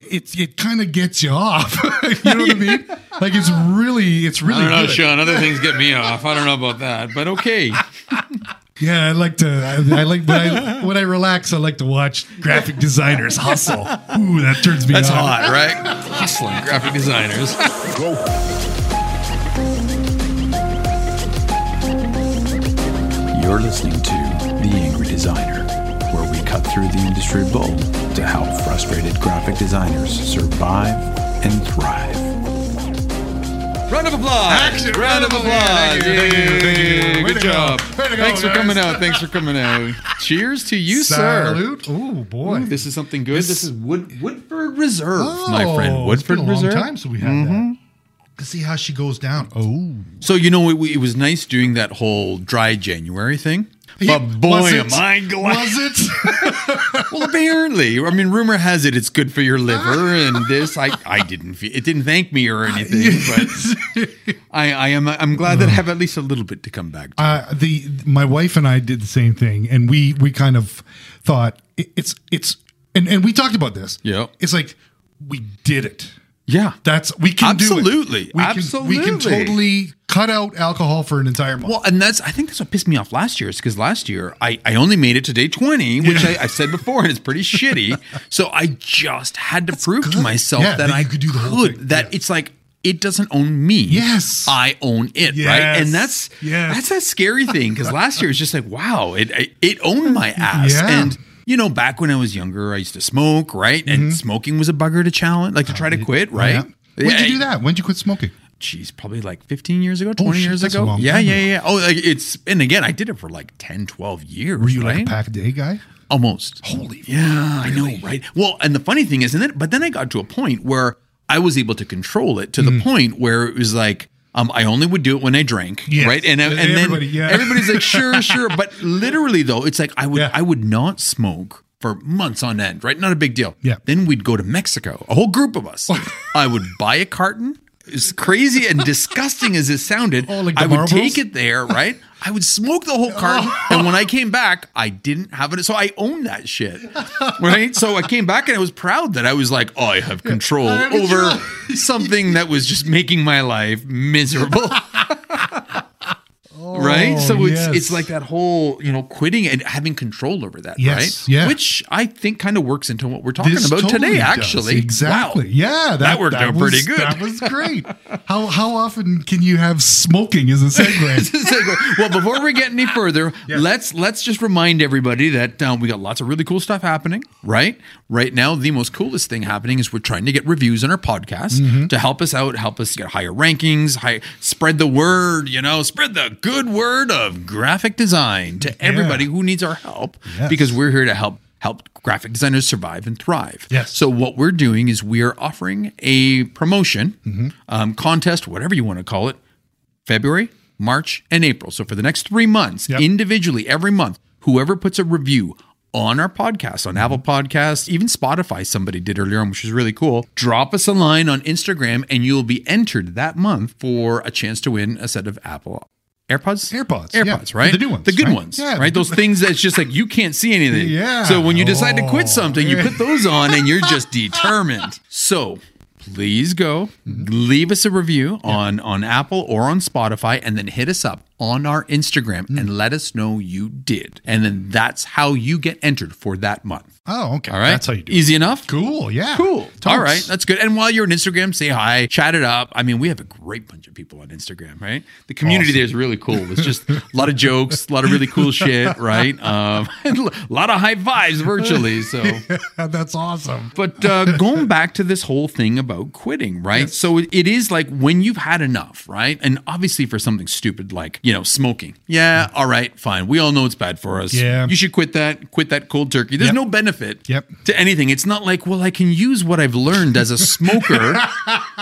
it's it kind of gets you off. you know what I mean? Like it's really it's I really don't know, good. Sean. Other things get me off. I don't know about that, but okay. Yeah, I like to. I, I like when I when I relax. I like to watch graphic designers hustle. Ooh, that turns me. That's on. hot, right? Hustling graphic designers. You're listening to The Angry Designer, where we cut through the industry bull to help frustrated graphic designers survive and thrive. Round of applause. Action. Round of applause. Thank you, thank you, Yay. thank you, thank you. Way Good to go. job. Way to go, Thanks for guys. coming out. Thanks for coming out. Cheers to you, sir. Salute. Ooh, boy. This is something good. This, is Wood, Woodford Reserve, my friend. Oh, it's Woodford been a long Reserve. Mm-hmm. time so we had that. To see how she goes down. Oh, So you know, it, we- it was nice doing that whole dry January thing. But Was boy, it- am I glad! Was it? Well, apparently, I mean, rumor has it it's good for your liver, and this I, I didn't feel, it didn't thank me or anything, but I, I am I'm glad that I have at least a little bit to come back. to. uh, the my wife and I did the same thing, and we we kind of thought it, it's it's and and we talked about this. Yeah. it's like we did it. yeah, That's we can do Absolutely. it. We Can, we can Absolutely. totally cut out alcohol for an entire month. Well, and that's I think that's what pissed me off last year is because last year I, I only made it to day twenty, which Yeah. I, I said before, and it's pretty shitty. So I just had to prove to myself Yeah, that, that I you could do the whole could, thing. That Yeah. it's like it doesn't own me. Yes. I own it. Right, Yes. and that's Yes. that's a scary thing because last year it was just like wow, it it, it owned my ass Yeah. and. You know, back when I was younger, I used to smoke, right? And Mm-hmm. smoking was a bugger to challenge, Uh, like to try to quit, right? When'd Yeah, you do that? When'd you quit smoking? geez, probably like 15 years ago, 20 shit, years that's a ago. long Yeah, time yeah, ago. yeah. Oh, like it's, and again, I did it for like 10, 12 years. Were you right? like a pack a day guy? Almost. Holy f- Yeah, I know, right? Well, and the funny thing is, and then, but then I got to a point where I was able to control it to Hmm. the point where it was like, um, I only would do it when I drank, Yes. right? And I- and Everybody, then yeah. everybody's like, sure, sure, but literally though, it's like I would Yeah. I would not smoke for months on end, right? Not a big deal. Yeah. Then we'd go to Mexico, a whole group of us. I would buy a carton. As crazy and disgusting as it sounded, Oh, like the I would marbles? Oh. take it there, right? I would smoke the whole carton, and when I came back, I didn't have it. So I owned that shit, right? So I came back and I was proud that I was like, oh, I have control I have over control. something that was just making my life miserable. right? So it's Oh, yes. it's like that whole you know quitting and having control over that, Yes, right? yeah. Which I think kind of works into what we're talking about totally today. does. Actually, exactly. Wow. Yeah, That worked out pretty was- good. That was great. how how often can you have smoking as a segue? Segue. well, before we get any further, let's let's just remind everybody that um, we got lots of really cool stuff happening. Right, right now, the most coolest thing happening is we're trying to get reviews on our podcast Mm-hmm. to help us out, help us get higher rankings, high, spread the word. You know, spread the good word of graphic design to everybody who needs our help Yes. because we're here to help help graphic designers survive and thrive. Yes. So what we're doing is we are offering a promotion, Mm-hmm. um, contest, whatever you want to call it, February, March, and April. So for the next three months, Yep. individually, every month, whoever puts a review on our podcast, on Apple Podcasts, even Spotify, somebody did earlier on, which was really cool. Drop us a line on Instagram and you'll be entered that month for a chance to win a set of Apple AirPods. AirPods, yeah. AirPods, right? The new ones, The good right? ones. Yeah, the right? good Those things that's just like you can't see anything. Yeah. So when you decide to Oh. quit something, you put those on and you're just determined. So please go leave us a review on on Apple or on Spotify and then hit us up on our Instagram Hmm. and let us know you did. And then that's how you get entered for that month. Oh, okay. All right. That's how you do. it. Easy enough? Cool. Yeah. Cool. Totes. All right. That's good. And while you're on Instagram, say hi, chat it up. I mean, we have a great bunch of people on Instagram, right? The community Awesome. there is really cool. It's just a lot of jokes, a lot of really cool shit, right? Um, and a lot of high fives virtually. So. that's awesome. But uh, going back to this whole thing about quitting, right? So it- it is like when you've had enough, right? And obviously for something stupid like you know smoking, yeah, all right, fine. We all know it's bad for us. Yeah. you should quit that. Quit that cold turkey. There's Yep. no benefit Yep. to anything. It's not like well, I can use what I've learned as a smoker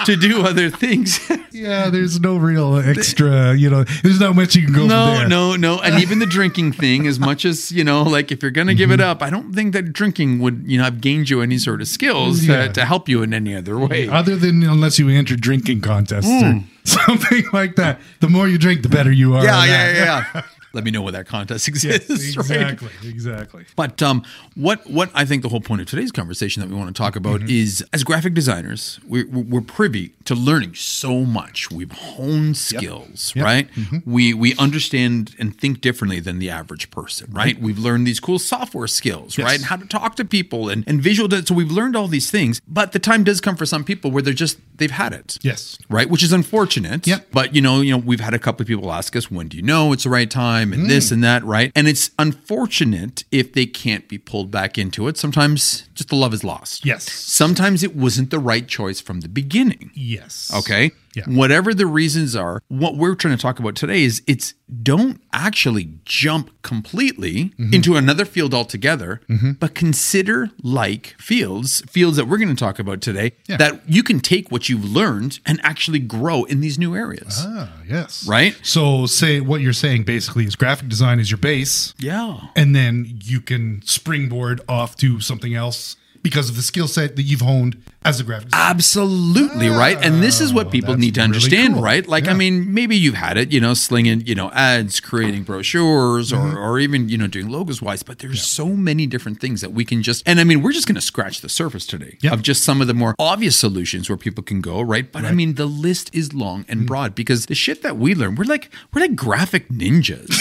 to do other things. Yeah, there's no real extra, you know, there's not much you can go from no, there. no, no. And even the drinking thing, as much as you know, like if you're gonna give Mm-hmm. it up, I don't think that drinking would you know have gained you any sort of skills Yeah. to, to help you in any other way. Other than unless you enter drinking contests or something like that. The more you drink, the better you are. Hmm. Yeah, at yeah, that. yeah, yeah. let me know when that Yes, contest exists. right? exactly, exactly. But um, what what I think the whole point of today's conversation that we want to talk about is as graphic designers, we're, we're privy to learning so much. We've honed skills, right? We we understand and think differently than the average person, right? We've learned these cool software skills, right? And how to talk to people and, and visual. de- So we've learned all these things, but the time does come for some people where they're just they've had it, Yes. right? Which is unfortunate. Yep. But you know, you know, we've had a couple of people ask us, when do you know it's the right time Mm. and this and that, right? And it's unfortunate if they can't be pulled back into it. Sometimes just the love is lost. Yes. Sometimes it wasn't the right choice from the beginning. Yes. Okay. Yeah. Whatever the reasons are, what we're trying to talk about today is it's don't actually jump completely Mm-hmm. into another field altogether, but consider like fields, fields that we're going to talk about today, Yeah. that you can take what you've learned and actually grow in these new areas. Ah, yes. Right? So say what you're saying basically is graphic design is your base. Yeah. And then you can springboard off to something else because of the skill set that you've honed as a graphic designer. Absolutely right, and this is what people that's need to really understand, cool. right? Like, I Yeah. mean, maybe you've had it, you know, slinging, you know, ads, creating brochures, or Mm-hmm. or even you know doing logos wise. But there's so many different things that we can just, and I mean, we're just going to scratch the surface today Yeah. of just some of the more obvious solutions where people can go, right? But I mean, the list is long Mm-hmm. and broad because the shit that we learn, we're like we're like graphic ninjas.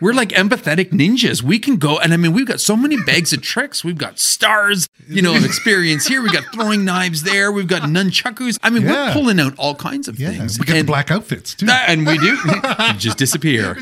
We're like empathetic ninjas. We can go, and I mean, we've got so many bags of tricks. We've got stars, you know, of experience here. We've got throwing knives there. We've got nunchakus. I mean, Yeah. we're pulling out all kinds of yeah. things. We got and, the black outfits too. and we do You just disappear.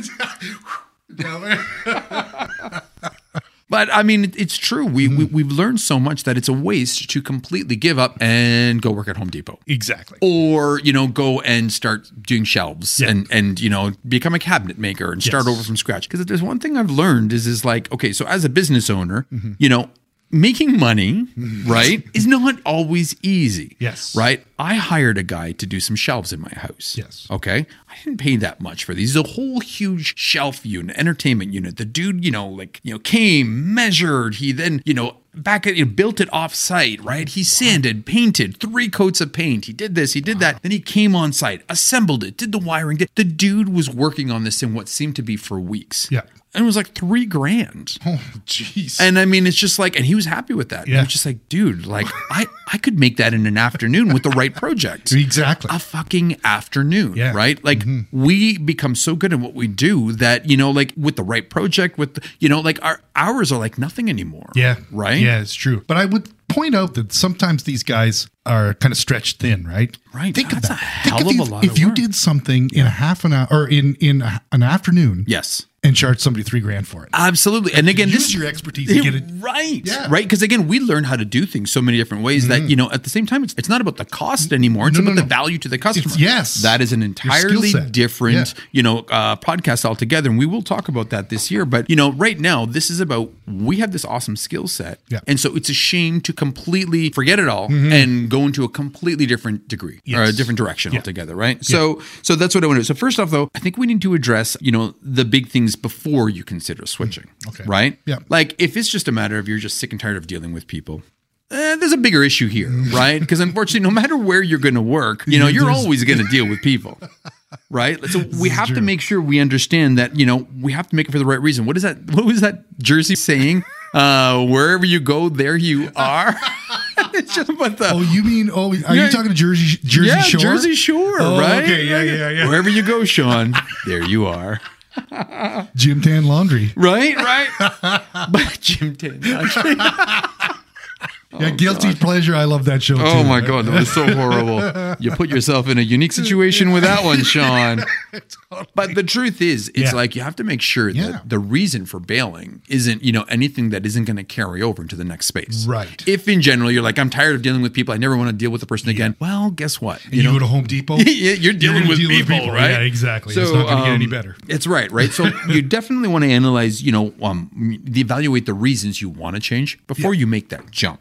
But I mean, it- it's true. We, we Mm-hmm. we've learned so much that it's a waste to completely give up and go work at Home Depot. exactly. or you know go and start doing shelves and and you know become a cabinet maker and start Yes. over from scratch because if there's one thing i've learned is is like okay so as a business owner Mm-hmm. you know making money right is not always easy Yes. right i hired a guy to do some shelves in my house Yes. okay i didn't pay that much for these a whole huge shelf unit entertainment unit the dude you know like you know came measured he then you know back at you know, built it off site right he sanded painted three coats of paint he did this he did that then he came on site assembled it did the wiring did, the dude was working on this in what seemed to be for weeks Yeah. and it was like three grand Oh, jeez. and I mean, it's just like, and he was happy with that. And Yeah. I'm just like, dude, like I, I could make that in an afternoon with the right project. Exactly. A fucking afternoon, Yeah. Mm-hmm. right? Like we become so good at what we do that, you know, like with the right project, with, the, you know, like our hours are like nothing anymore. Yeah. Right. Yeah, it's true. But I would point out that sometimes these guys are kind of stretched thin, right? Right. Think That's of that. a Think hell if of a you- lot If of you work. did something in a half an hour or in in a, an afternoon, Yes. and charged somebody three grand for it. Absolutely. And again, use this your expertise to get it- right. Yeah. Mm-hmm. Right. Because again, we learn how to do things so many different ways that, you know, at the same time, it's, it's not about the cost anymore. It's No, no, about no. the value to the customer. yes. That is an skill entirely set. different, Yeah. you know, uh, podcast altogether. And we will talk about that this year. But, you know, right now, this is about we have this awesome skill set. Yeah. Mm-hmm. And so it's a shame to completely forget it all and go into a completely different degree or a Yes. different direction altogether. Right. So, so that's what I want to do. So, first off, though, I think we need to address, you know, the big things before you consider switching. Mm-hmm. Okay. Right? Yeah. Like if it's just a matter of you're just sick and tired of dealing with people. eh, there's a bigger issue here, right? Because unfortunately, no matter where you're going to work, you know, you're always going to deal with people, right? So we have to make sure we understand that, you know, we have to make it for the right reason. What is that? What was that Jersey saying? Uh, wherever you go, there you are. it's just about the, Oh, you mean oh? Are Yeah. you talking to Jersey Jersey yeah, Shore? Jersey Shore, Oh, right? okay, yeah, yeah, yeah. Wherever you go, Sean, there you are. Jim Tan Laundry. Right, right. but Jim Tan. yeah, guilty pleasure. I love that show. Oh too. my god, that was so horrible. You put yourself in a unique situation with that one, Sean. But the truth is, it's Yeah. like you have to make sure Yeah. that the reason for bailing isn't, you know, anything that isn't going to carry over into the next space. Right. If in general you're like, I'm tired of dealing with people, I never want to deal with the person again. Well, guess what? You, go to Home Depot. Yeah, you're dealing gonna with, deal with people, people. right? um, Yeah, exactly. It's not gonna get any better. It's right, right? So you definitely want to analyze, you know, um, the- evaluate the reasons you want to change before you make that jump.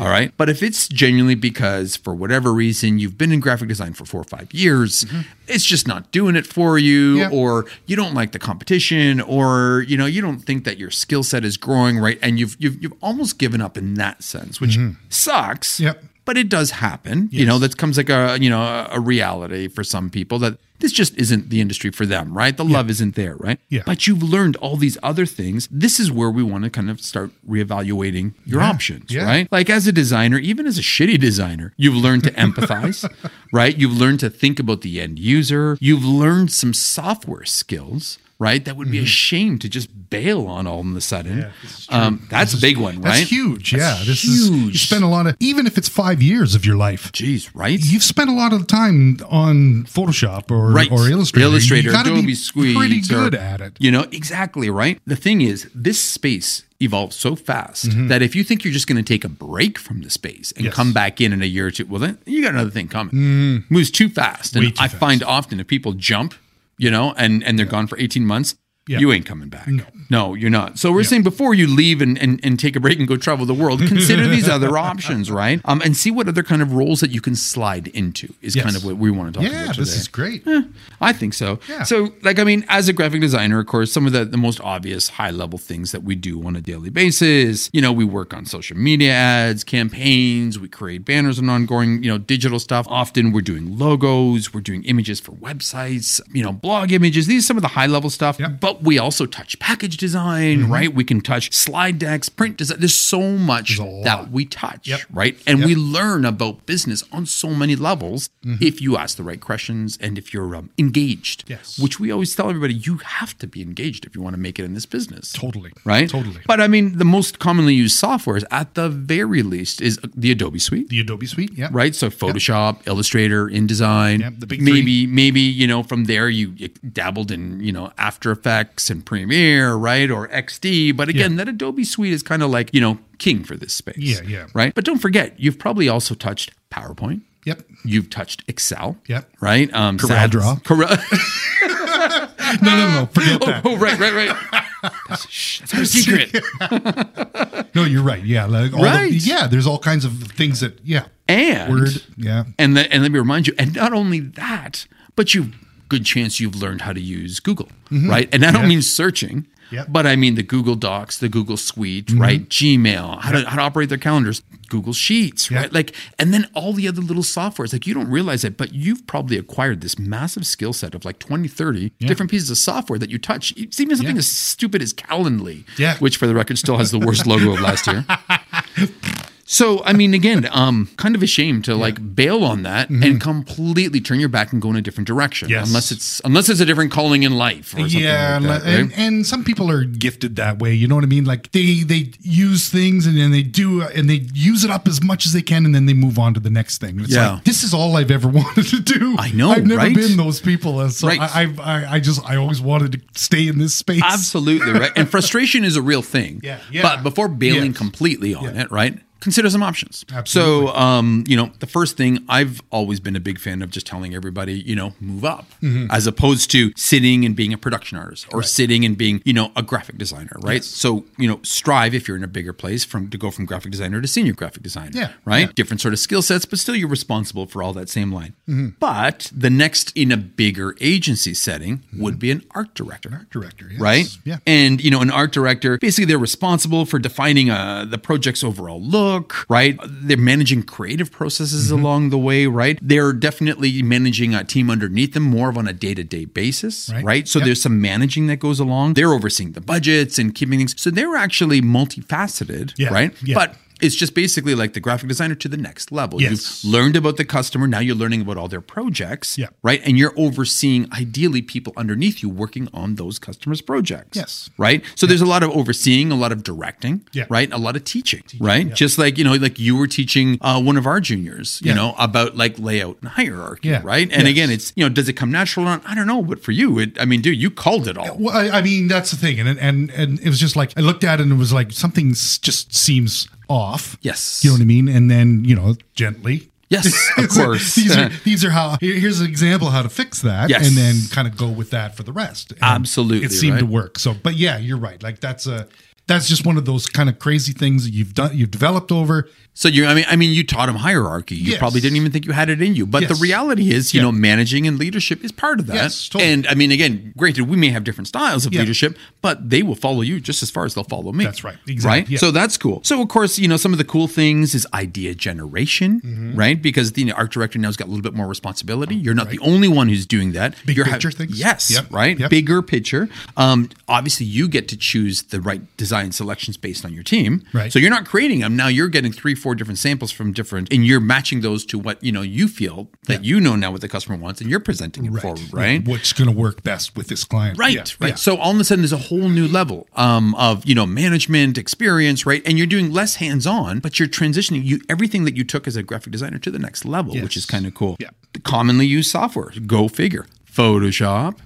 All right. But if it's genuinely because for whatever reason you've been in graphic design for four or five years, it's just not doing it for you, Mm-hmm. Yeah. or you don't like the competition, or you know, you don't think that your skill set is growing right, and you've you've you've almost given up in that sense, which sucks. Mm-hmm. Yep. but it does happen. You know, that comes like a you know a reality for some people that this just isn't the industry for them, right? The love isn't there, right? Yeah. But you've learned all these other things. This is where we want to kind of start reevaluating your options, Yeah. right? Like as a designer, even as a shitty designer, you've learned to empathize, right? You've learned to think about the end user. You've learned some software skills. Right, that would be a Mm-hmm. shame to just bail on all of a sudden. um, that's a big one, right? That's huge. Yeah. That's this is you huge. spend a lot of even if it's five years of your life. Jeez, right? You've spent a lot of time on Photoshop or, right. or Illustrator. Illustrator, you gotta Adobe uh, be Squeeze. pretty or- good at it. You know, exactly, right? The thing is, this space evolves so fast that if you think you're just going to take a break from the space and Mm-hmm. Yes. Mm. come back in in a year or two, well, then you got another thing coming. Moves too fast. And Way too I fast. find often if people jump, you know, and, and they're gone for 18 months, Yeah. you ain't coming back. No. you're not. So we're saying before you leave and, and, and take a break and go travel the world, consider these other options, right? Um, and see what other kind of roles that you can slide into is Yes. kind of what we want to talk Yeah, about today. this is great. I think so. Yeah. So, like, I mean, as a graphic designer, of course, some of the, the most obvious high level things that we do on a daily basis, you know, we work on social media ads, campaigns, we create banners and ongoing, you know, digital stuff. Often we're doing logos, we're doing images for websites, you know, blog images. These are some of the high level stuff. Yeah. Mm-hmm. But we also touch package design, right? We can touch slide decks, print design. There's so much There's a lot. that we touch, Yep. right? And Yep. Mm-hmm. we learn about business on so many levels if you ask the right questions and if you're um, engaged. Yes. Which we always tell everybody you have to be engaged if you want to make it in this business. Totally. Right? Totally. But I mean, the most commonly used software is at the very least is uh, the Adobe Suite. the Adobe Suite. Yeah. Right, so Photoshop, Illustrator, InDesign. Yep, the big maybe, maybe you know from there you, you dabbled in you know After Effects and Premiere, right, or XD. But again, that Adobe Suite is kind of like you know king for this space. Yeah, yeah. Right, but don't forget you've probably also touched PowerPoint. Yep. You've touched Excel. Yep. Right. Um, Corel Sad- Draw. Corel. No, no, no. Forget oh, that. oh, right, right, right. That's, shh, that's our secret. No, you're right. Yeah. Like all the- Right. yeah. There's all kinds of things that, yeah. And Word. Yeah. And le- and let me remind you, and not only that, but you good chance you've learned how to use Google, right? And I don't Mm-hmm. Yeah. mean searching, Yep. but I mean the Google Docs, the Google Suite, Mm-hmm. right? Gmail, how to how to operate their calendars, Google Sheets, Yeah. right? Like, and then all the other little softwares. Like you don't realize it, but you've probably acquired this massive skill set of like 20, 30 different pieces of software that you touch. It's even something Yeah. as stupid as Calendly, Yeah. which for the record still has the worst logo of last year. So I mean, again, um, kind of a shame to like bail on that and completely turn your back and go in a different direction, Mm-hmm. Yes. unless it's unless it's a different calling in life or something Yeah, like that. and, right? and some people are gifted that way. You know what I mean? Like they they use things and then they do and they use it up as much as they can, and then they move on to the next thing. It's Yeah. like this is all I've ever wanted to do. I know, I've never right? been those people, and so Right. I, I've- I I just I always wanted to stay in this space. Absolutely right. And frustration is a real thing. Yeah, yeah. But before bailing Yes. completely on Yeah. it, right? Consider some options. Absolutely. So, um, you know, the first thing I've always been a big fan of just telling everybody, you know, move up, Mm-hmm. as opposed to sitting and being a production artist or sitting and being, you know, a graphic designer, right? So, you know, strive if you're in a bigger place from to go from graphic designer to senior graphic designer, Yeah, right? yeah. different sort of skill sets, but still you're responsible for all that same line. Mm-hmm. But the next in a bigger agency setting would be an art director. Mm-hmm. Art director, yes. right? Yeah. And you know, an art director basically they're responsible for defining uh, the project's overall look, right? They're managing creative processes Mm-hmm. along the way, right? They're definitely managing a team underneath them more of on a day to day basis, Right. right? So Yep. there's some managing that goes along. They're overseeing the budgets and keeping things. So they're actually multifaceted, Yeah. right? Yeah. But it's just basically like the graphic designer to the next level. Yes. You've learned about the customer. Now you're learning about all their projects, Yeah. right? And you're overseeing ideally people underneath you working on those customers' projects. Yes. Right. So there's a lot of overseeing, a lot of directing. Yeah. Right. A lot of teaching. right. Just like you know, like you were teaching uh, one of our juniors, you Yeah. know, about like layout and hierarchy. Yeah. Right. And Yes. again, it's you know, does it come natural or not? I don't know, but for you, it. I mean, dude, you called it all. Well, I, I mean that's the thing, and and and it was just like I looked at it and it was like something s- just seems off. Yes. you know what I mean. And then you know gently. Yes, of So course. these are these are how. here- Here's an example how to fix that, Yes. and then kind of go with that for the rest. And Absolutely, it seemed to right. work. So, but yeah, you're right. Like that's a that's just one of those kind of crazy things that you've done. You've developed over So you, I mean, I mean, you taught him hierarchy. You Yes. probably didn't even think you had it in you. But the Yes. reality is, you Yeah. know, managing and leadership is part of that. Yes, totally. And I mean, again, granted, we may have different styles of Yeah. leadership, but they will follow you just as far as they'll follow me. That's right. Exactly. Right. Yeah. So that's cool. So of course, you know, some of the cool things is idea generation, Mm-hmm. right? Because the art director now's got a little bit more responsibility. You're not the only one who's doing that. Oh, Big You're picture things? Yes. Yep. Right. Yep. Big bigger picture. Um, obviously, you get to choose the right design selections based on your team. Right. So you're not creating them now. You're getting three, four different samples from different, and you're matching those to what you know you feel that you know now what the customer wants, and you're presenting it forward, right? What's going to work best with this client? Right, Yeah, right. yeah. So all of a sudden, there's a whole new level um, of you know management experience, right? And you're doing less hands-on, but you're transitioning you everything that you took as a graphic designer to the next level, which is Yes. kind of cool. Yeah. The commonly used software, go figure, Photoshop.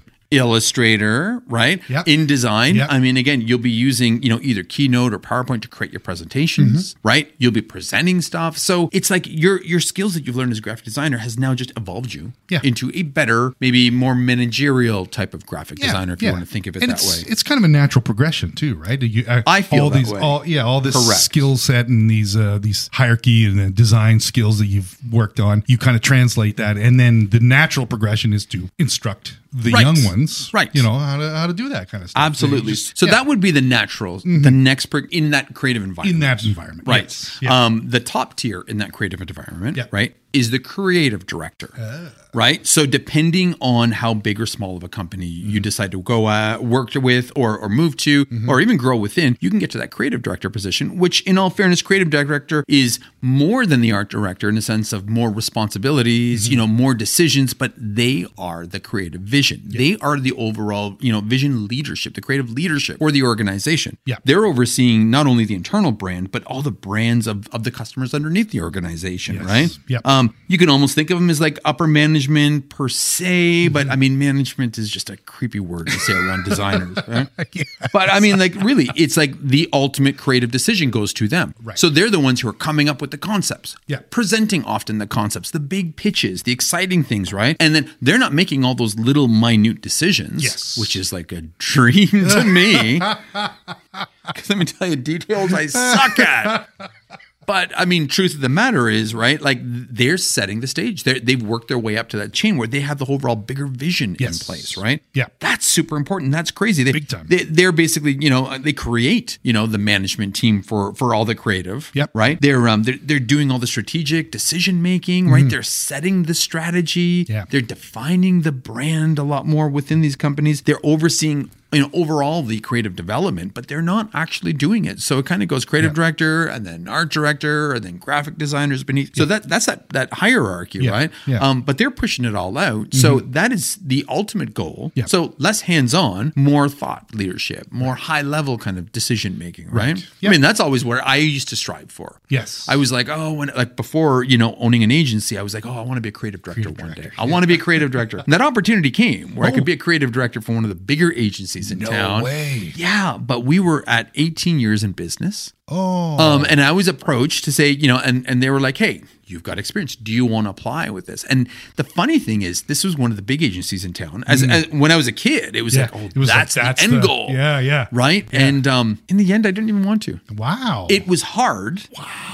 Illustrator, right? Yeah. InDesign. Yeah. I mean, again, you'll be using, you know, either Keynote or PowerPoint to create your Mm-hmm. presentations, right? You'll be presenting stuff. So it's like your your skills that you've learned as a graphic designer has now just evolved you Yeah. into a better, maybe more managerial type of graphic Yeah, designer if yeah. you want to think of it And that it's, way. It's kind of a natural progression too, right? You, uh, I feel all that these, way. All, yeah, all this Correct. skill set and these uh, these hierarchy and the design skills that you've worked on, you kind of translate that, and then the natural progression is to instruct the Right. young ones, Right. You know how to how to do that kind of stuff. Absolutely. You just- so yeah, Mm-hmm. that would be the natural, the next per- in that creative environment. in that environment, Right. Yes. Yeah. Um, the top tier in that creative environment, Yeah. Uh, right, is the creative director. Right. So depending on how big or small of a company you decide to go at, work with, or or move to, or even grow within, you can get to that creative director position. Which, in all fairness, creative director is more than the art director in the sense of more responsibilities, you know, more decisions. But they are the creative vision. They are the overall, you know, vision leadership, the creative leadership for the organization. Yeah. They're overseeing not only the internal brand, but all the brands of, of the customers underneath the organization, right? Yep. Um, you can almost think of them as like upper management per se, Mm-hmm. but I mean, management is just a creepy word to say around designers, right? But I mean, like, really, it's like the ultimate creative decision goes to them. Right. So they're the ones who are coming up with the concepts, Yeah. presenting often the concepts, the big pitches, the exciting things, right? And then they're not making all those little minute decisions, Yes. which is like a dream to me. Because let me tell you, details I suck at. But I mean, truth of the matter is, right? Like they're setting the stage. They're, they've worked their way up to that chain where they have the overall bigger vision Yes. in place, right? Yeah. that's super important. That's crazy. They, Big time. They, they're basically, you know, they create, you know, the management team for for all the creative. Yep. Right. They're um they're, they're doing all the strategic decision making. Right. They're setting the strategy. Mm-hmm. Yeah. They're defining the brand a lot more within these companies. They're overseeing. You know, overall the creative development, but they're not actually doing it. So it kind of goes creative director, and then art director, and then graphic designers beneath. So that that's that that hierarchy, Yeah. right? Yeah. Mm-hmm. Um, but they're pushing it all out. So that is the ultimate goal. Yeah. So less hands-on, more thought leadership, more high-level kind of decision making, right? Yeah. I mean, that's always what I used to strive for. Yes. I was like, oh, when like before, you know, owning an agency, I was like, oh, I want to be a creative director one day. I want to be a creative director. And that opportunity came where I Oh. could be a creative director for one of the bigger agencies in town. way. Yeah, but we were at 18 years in business. Oh, Um, and I was approached to say, you know, and, and they were like, hey, you've got experience. Do you want to apply with this? And the funny thing is, this was one of the big agencies in town. As, as when I was a kid, it was Hmm. yeah. like, oh, It was like, that's, the end goal, Yeah, yeah. right? And um, in the end, I didn't even want to. Wow. It was hard,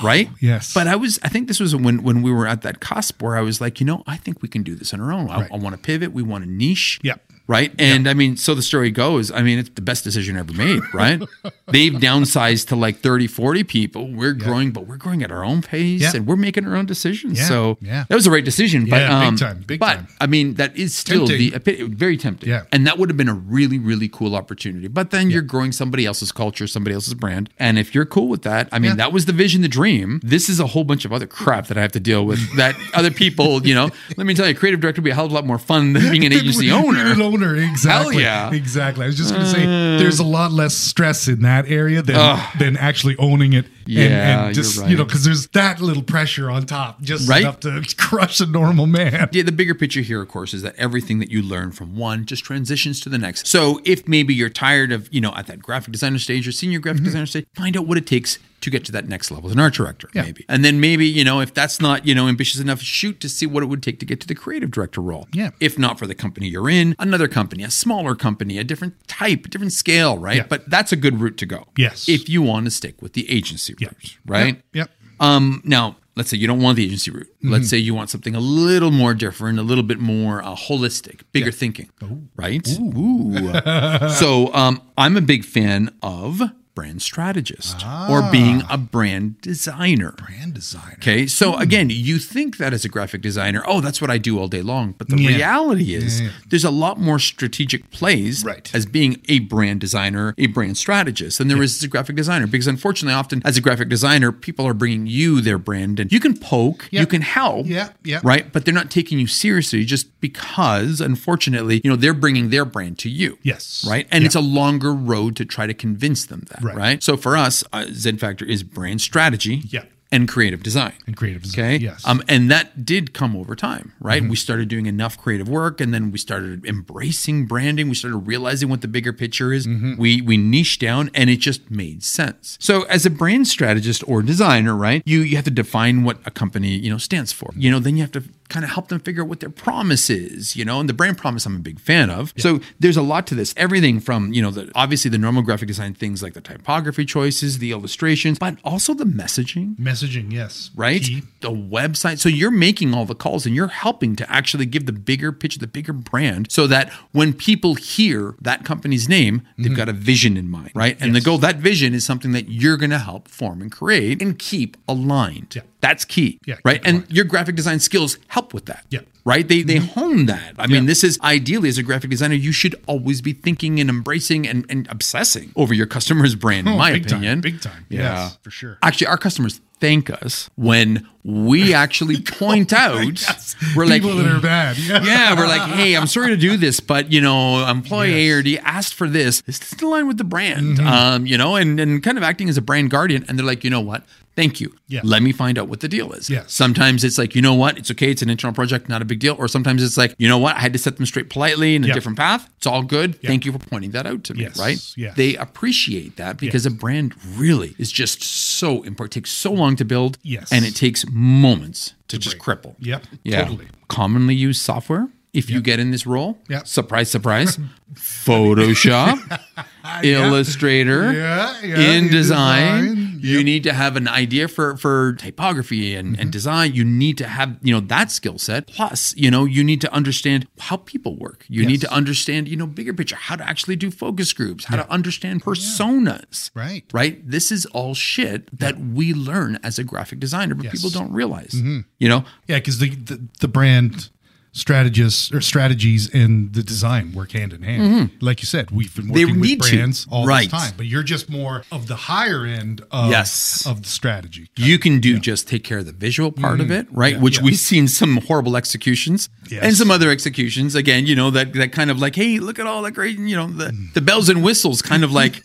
right? Yes. But I was, I think this was when when we were at that cusp where I was like, you know, I think we can do this on our own. I, Right. I want to pivot. We want a niche. Yep. Right. And I mean, so the story goes, I mean, it's the best decision ever made, right? They've downsized to like 30, 40 people. We're growing, but we're growing at our own pace Yeah. and we're making our own decisions. Yeah. So Yeah. that was the right decision. but, Yeah, big um, time, big but, time. I mean, that is still Tempting. the epi- very tempting. Yeah. And that would have been a really, really cool opportunity. But then you're growing somebody else's culture, somebody else's brand. And if you're cool with that, I mean, Yeah. that was the vision, the dream. This is a whole bunch of other crap that I have to deal with that other people, you know, let me tell you, a creative director would be a hell of a lot more fun than being an agency owner. An owner, exactly. yeah. Mm. exactly. I was just going to say, there's a lot less stress in that area than than actually owning it. and, Yeah, you're and just you know, right. because there's that little pressure on top, just Right? enough to crush a normal man. Yeah, the bigger picture here, of course, is that everything that you learn from one just transitions to the next. So if maybe you're tired of, you know, at that graphic designer stage or senior Mm-hmm. graphic designer stage, find out what it takes to get to that next level as an art director, Yeah. maybe. And then maybe, you know, if that's not, you know, ambitious enough, shoot to see what it would take to get to the creative director role. Yeah. If not for the company you're in, another company, a smaller company, a different type, a different scale, right? Yeah. But that's a good route to go. Yes. If you want to stick with the agency route, right? Yep. Um, now, let's say you don't want the agency route. Let's say you want something a little more different, a little bit more uh, holistic, bigger thinking, right? Ooh. so um, I'm a big fan of brand strategist or being a brand designer. Brand designer. Okay, so Hmm. again, you think that as a graphic designer, oh, that's what I do all day long. But the Yeah. reality is, there's a lot more strategic plays Right. as being a brand designer, a brand strategist, than there is as a graphic designer. Because unfortunately, often as a graphic designer, people are bringing you their brand, and you can poke, Yeah. you can help, Yeah, yeah. right? But they're not taking you seriously just because, unfortunately, you know they're bringing their brand to you, Yes. right? And it's a longer road to try to convince them that, Right. right? So for us, uh, Zen Factor is brand strategy, Yeah. and creative design. And creative design, Okay. yes. Mm-hmm. Um, and that did come over time, right? We started doing enough creative work and then we started embracing branding. We started realizing what the bigger picture is. Mm-hmm. We we niche down and it just made sense. So as a brand strategist or designer, right, you you have to define what a company, you know, stands for. You know, then you have to kind of help them figure out what their promise is, you know, and the brand promise I'm a big fan of. So there's a lot to this. Everything from, you know, the obviously the normal graphic design things like the typography choices, the illustrations, but also the messaging Messaging, yes. right? Key. The website. So you're making all the calls and you're helping to actually give the bigger pitch, the bigger brand, so that when people hear that company's name, Mm-hmm. they've got a vision in mind, right? And the goal, that vision is something that you're going to help form and create and keep aligned. Yeah. That's key, Yeah, right? keep And your graphic design skills help with that, Yeah. Mm-hmm. right? They, they hone that. I mean, Yeah. this is ideally as a graphic designer, you should always be thinking and embracing and, and obsessing over your customer's brand, in Oh, my big time, opinion. big time. Yeah. Yes, for sure. Actually, our customers thank us when we actually point out Yes. we're like people that are bad. Yeah. yeah, we're like, hey, I'm sorry to do this, but you know, employee A or D asked for this. This doesn't align with the brand, Mm-hmm. um, you know, and and kind of acting as a brand guardian. And they're like, you know what? Thank you. Yeah. Let me find out what the deal is. Yes. Sometimes it's like, you know what? It's okay. It's an internal project, not a big deal. Or sometimes it's like, you know what? I had to set them straight politely in a Yeah. different path. It's all good. Thank you for pointing that out to me. Yes. Right? Yes. They appreciate that because a brand really is just so important. It takes so long to build. Yes. And it takes moments to, just cripple. Yep, Yeah. totally. Commonly used software. If you get in this role, Yeah. surprise, surprise, Photoshop, Illustrator, Yeah, yeah, InDesign. InDesign, You need to have an idea for for typography and, Mm-hmm. and design. You need to have you know that skill set. Plus, you know, you need to understand how people work. You need to understand you know bigger picture, how to actually do focus groups, how to understand personas. Right. Right. This is all shit that we learn as a graphic designer, but people don't realize. Mm-hmm. You know, Yeah, because the, the the brand strategists or strategies and the design work hand in hand. Like you said, we've been Mm-hmm. They working with need to. brands all Right. this time, but you're just more of the higher end of Yes. of the strategy. you can do just take care of the visual part of it, right? Mm-hmm. Yeah, Which yeah. we've seen some horrible executions Yes. and some other executions. Again, you know that that kind of like, hey, look at all the great, you know, the, Mm. the bells and whistles, kind of like,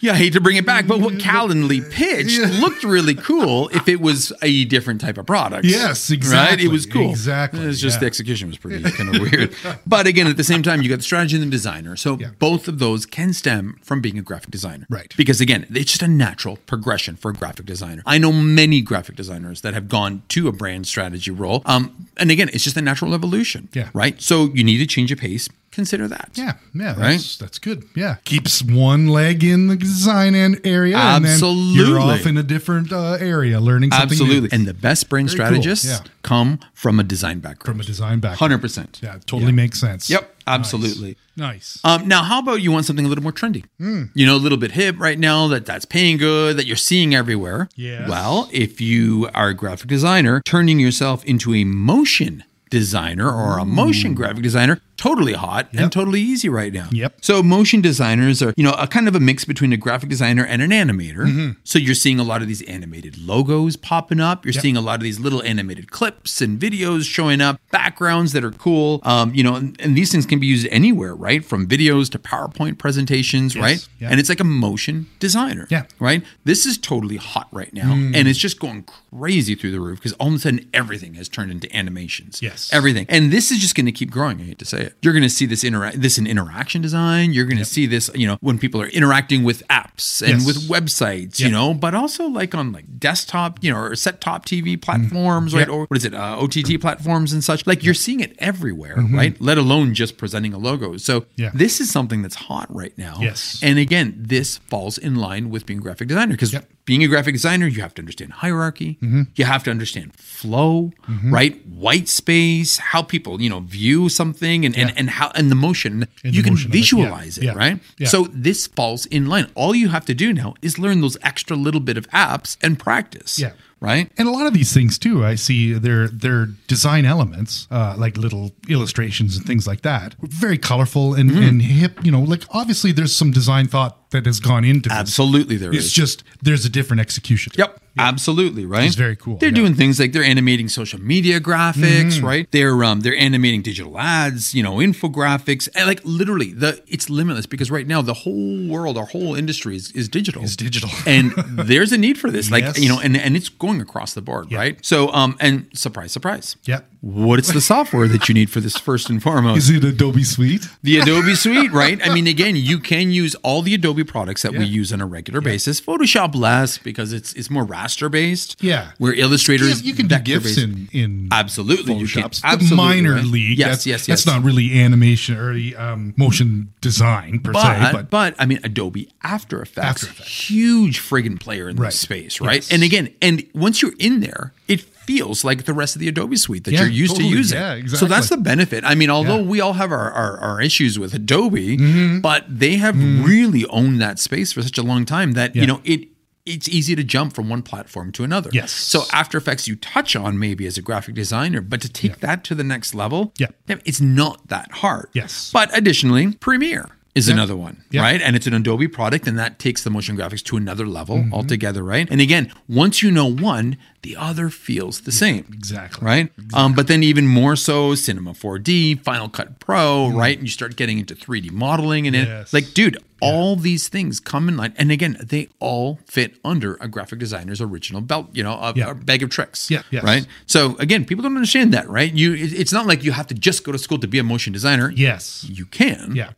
yeah, I hate to bring it back, but what Calendly pitched looked really cool if it was a different type of product. Yes, Right? exactly, It was cool. exactly, It's just yeah. the execution was pretty kind of weird. But again, at the same time, you got the strategy and the designer. So both of those can stem from being a graphic designer, Right. Because again, it's just a natural progression for a graphic designer. I know many graphic designers that have gone to a brand strategy role. Um, and again, it's just a natural evolution, Yeah. Right. So you need to change of pace. Consider that. Yeah, yeah, that's, Right? that's good. Yeah, keeps one leg in the design and area, and then you're Absolutely. off in a different uh, area learning something Absolutely. new And the best brain Very cool, strategists yeah. come from a design background. from a design background. Hundred percent. Yeah, totally makes sense. Yep. Absolutely. Nice. Um, now, how about you want something a little more trendy? Hmm. You know, a little bit hip right now that that's paying good, that you're seeing everywhere. Yes. Well, if you are a graphic designer, turning yourself into a motion designer or a motion graphic designer, totally hot and totally easy right now. Yep. So motion designers are, you know, a kind of a mix between a graphic designer and an animator. So you're seeing a lot of these animated logos popping up. You're seeing a lot of these little animated clips and videos showing up, backgrounds that are cool. Um, you know, and, and these things can be used anywhere, right? From videos to PowerPoint presentations, right? yeah. And it's like a motion designer. Yeah. Hmm. Right? This is totally hot right now. And it's just going crazy through the roof because all of a sudden everything has turned into animations. Yes. Everything everything. And this is just going to keep growing. I hate to say it. You're going to see this interact this in interaction design. You're going to see this, you know, when people are interacting with apps and Yes. with websites, Yep. you know, but also like on like desktop, you know, or set top TV platforms, right? Yep. Or what is it? Uh, OTT platforms and such. Like you're seeing it everywhere, right? Let alone just presenting a logo. So Mm-hmm. Yeah. this is something that's hot right now. Yes. And again, this falls in line with being a graphic designer because Yep. Mm-hmm. being a graphic designer, you have to understand hierarchy. You have to understand flow, right? White space, how people, you know, view something and, and, and how, and the motion. And you the can motion of it. Yeah. visualize it, Yeah. right? Yeah. So this falls in line. All you have to do now is learn those extra little bit of apps and practice. Yeah. Right? And a lot of these things too, I see their their design elements, uh, like little illustrations and things like that, very colorful and, Mm-hmm. and hip. You know, like obviously there's some design thought that has gone into this. Absolutely there is. It's just there's a different execution. Yep, absolutely, right? It's very cool, They're yeah. Mm-hmm. doing things like they're animating social media graphics, right? They're um they're animating digital ads, you know, infographics, and like literally the it's limitless because right now the whole world, our whole industry is, is digital. Is digital. and there's a need for this. Like, Yes. you know, and and it's going across the board, right? So um and surprise, surprise. Yep. What's the software that you need for this first and foremost? Is it Adobe Suite? the Adobe Suite, right? I mean, again, you can use all the Adobe products that we use on a regular basis. Photoshop less because it's it's more raster based. Yeah. where Illustrator You, is you can do gifts vector-based. in in Absolutely, you can. Photoshop's the Absolutely, minor right? league. Yes, that's, yes, yes. That's not really animation or um, motion design per se, But, but but I mean Adobe After Effects, After Effects. huge friggin' player in Right. this space, right? Yes. And again, and once you're in there, it feels like the rest of the Adobe suite that Yeah, you're used totally. to using. Yeah, So that's exactly. the benefit. I mean, although Yeah. Mm-hmm. we all have our, our, our issues with Adobe, but they have really owned that space for such a long time that Yeah. you know it. It's easy to jump from one platform to another. Yes. So After Effects you touch on maybe as a graphic designer, but to take that to the next level, Yeah. it's not that hard. Yes. But additionally, Premiere is another one, Yeah. right? And it's an Adobe product, and that takes the motion graphics to another level Mm-hmm. altogether, right? And again, once you know one, the other feels the same. Mm-hmm. exactly. Right. Um, but then even more so, Cinema 4D, Final Cut Pro, right? And you start getting into 3D modeling and Mm-hmm. Yes. it, like, dude, all these things come in line. And again, they all fit under a graphic designer's original belt, you know, a, Yeah. a bag of tricks. Yeah, yes. Right. So again, people don't understand that, right? You, it- it's not like you have to just go to school to be a motion designer. yes, You can. Yeah.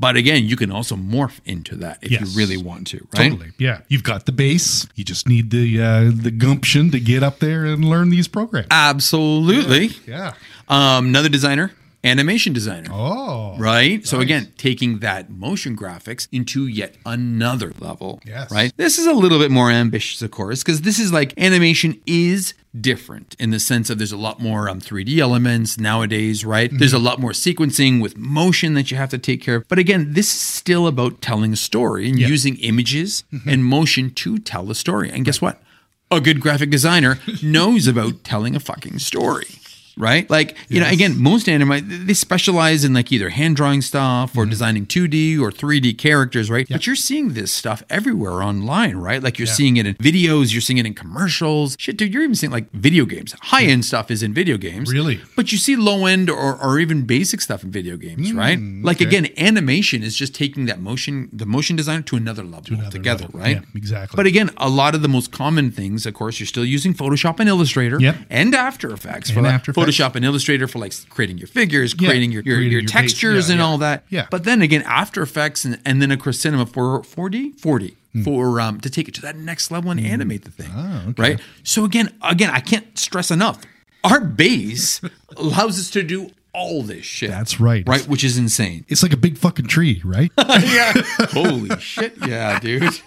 But again, you can also morph into that if Yes. you really want to, right? Totally. Yeah. You've got the base. You just need the uh, the gumption to get up there and learn these programs. Absolutely. yeah. Um, another designer, animation designer. Oh. Right. So again, taking that motion graphics into yet another level. Yes. Right. This is a little bit more ambitious, of course, because this is like animation is different in the sense of there's a lot more um, 3D elements nowadays, right? There's a lot more sequencing with motion that you have to take care of. But again, this is still about telling a story and using images and motion to tell a story. And guess what? A good graphic designer knows about telling a fucking story right? Like, you know, again, most anime they specialize in like either hand drawing stuff Mm-hmm. or designing 2D or 3D characters, right? But you're seeing this stuff everywhere online, right? Like you're seeing it in videos, you're seeing it in commercials. Shit, dude, you're even seeing like video games. High end stuff is in video games. Really? But you see low end or, or even basic stuff in video games, Mm, right? Like again, animation is just taking that motion, the motion design to another level together, level. right? Yeah, exactly. But again, a lot of the most common things, of course, you're still using Photoshop and Illustrator Yep. and After Effects for And that. After Effects. Photoshop and Illustrator for like creating your figures, Yeah, creating your your, creating your your base- textures yeah, and yeah. all that. Yeah. But then again, After Effects and, and then of course Cinema for 4D, 40 Hmm. for um to take it to that next level and animate the thing. Ah, Right. So again, again, I can't stress enough. Our base allows us to do all this shit. That's right. Right, which is insane. It's like a big fucking tree, right? Holy shit. Yeah, dude.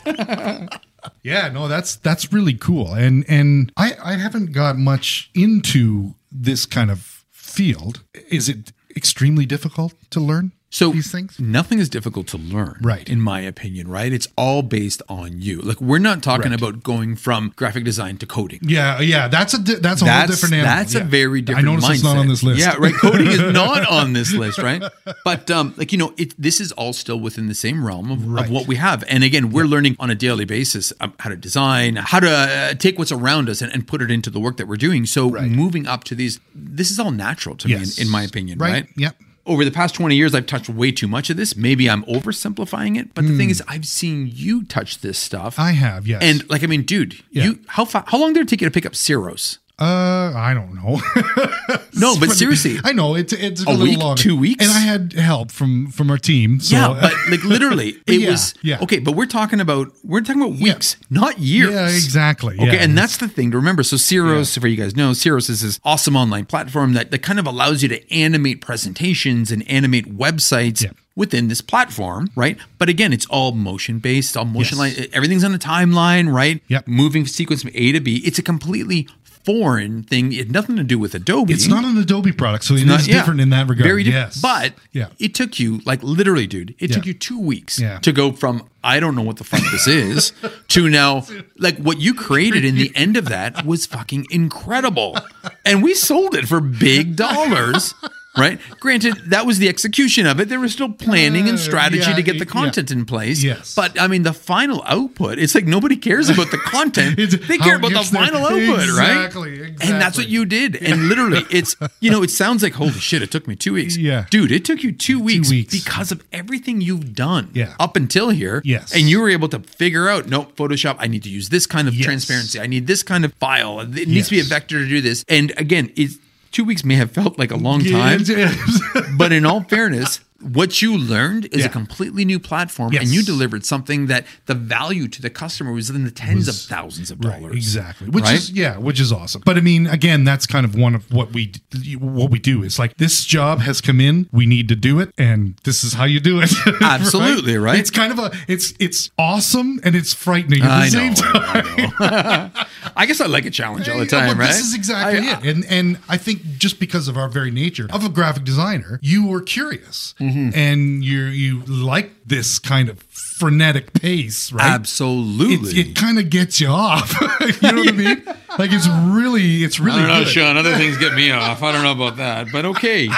yeah, no, that's that's really cool. And and I I haven't got much into this kind of field. Is it extremely difficult to learn So these things? nothing is difficult to learn, Right. In my opinion, right? It's all based on you. Like we're not talking about going from graphic design to coding. Yeah, yeah, that's a di- that's a whole That's different animal. that's Yeah. a very different. I noticed mindset. it's not on this list. Yeah, right. Coding is not on this list, right? But um, like you know, it, this is all still within the same realm of, of Right. what we have. And again, we're learning on a daily basis um, how to design, how to uh, take what's around us and, and put it into the work that we're doing. So moving up to these, this is all natural to Yes. me, in, in my opinion, Right, right? yep. over the past 20 years, I've touched way too much of this. Maybe I'm oversimplifying it, but the thing is, I've seen you touch this stuff. Hmm. I have, yes. And like, I mean, dude, Yeah. you how fa- how long did it take you to pick up Ceros? Uh, I don't know. No, but seriously. I know it's it's a, A little week? longer. Two weeks? and I had help from from our team. So, uh, yeah, but like literally, it yeah, was yeah. okay. But we're talking about we're talking about weeks, not years. Yeah, exactly, Okay, yeah. and that's the thing to remember. So Ceros, for you guys know, Ceros is this awesome online platform that that kind of allows you to animate presentations and animate websites. Yeah. Within this platform, right? But again, it's all motion based, all motion line. Everything's on a timeline, right? Yep. Moving sequence from A to B. It's a completely foreign thing. It had nothing to do with Adobe. it's not an Adobe product, so it's Not- yeah. different in that regard. Very different. Yes, But yeah, it took you, like literally, dude, it took Yeah. you two weeks Yeah. to go from I don't know what the fuck this is to now like what you created in the end of that was fucking incredible. And we sold it for big dollars. Right. Granted, that was the execution of it. There was still planning and Uh, strategy yeah, to get the yeah. content in place. Yes. But I mean, the final output, it's like nobody cares about the content. It's they how care it about the gets there. final output, right? Exactly, And that's what exactly. you you did. And literally, it's you know, it sounds like holy shit, it took me two weeks. Yeah. Dude, it took you two weeks, weeks. because of everything you've done Yeah. up until here. Yes. And you were able to figure out, nope, Photoshop, I need to use this kind of Yes. transparency. I need this kind of file. It needs to be a Yes. vector to do this. And again, it's two weeks may have felt like a long time. Yes. but in all fairness, what you learned is Yeah. a completely new platform, Yes. and you delivered something that the value to the customer was in the tens of thousands of dollars. Exactly. Which Right? is yeah, which is awesome. But I mean, again, that's kind of one of what we what we do. It's like this job has come in, we need to do it, and this is how you do it. Absolutely, right? It's kind of a it's it's awesome and it's frightening at the I same know. time. I, know. I guess I like a challenge all the Yeah, time, but right? This is exactly I- it. And and I think just because of our very nature of a graphic designer, you were curious and you you like this kind of frenetic pace, right? Absolutely. It, it kind of gets you off. you know what I mean? Like it's really, it's really. good. Other things get me off. I don't know about that, but okay.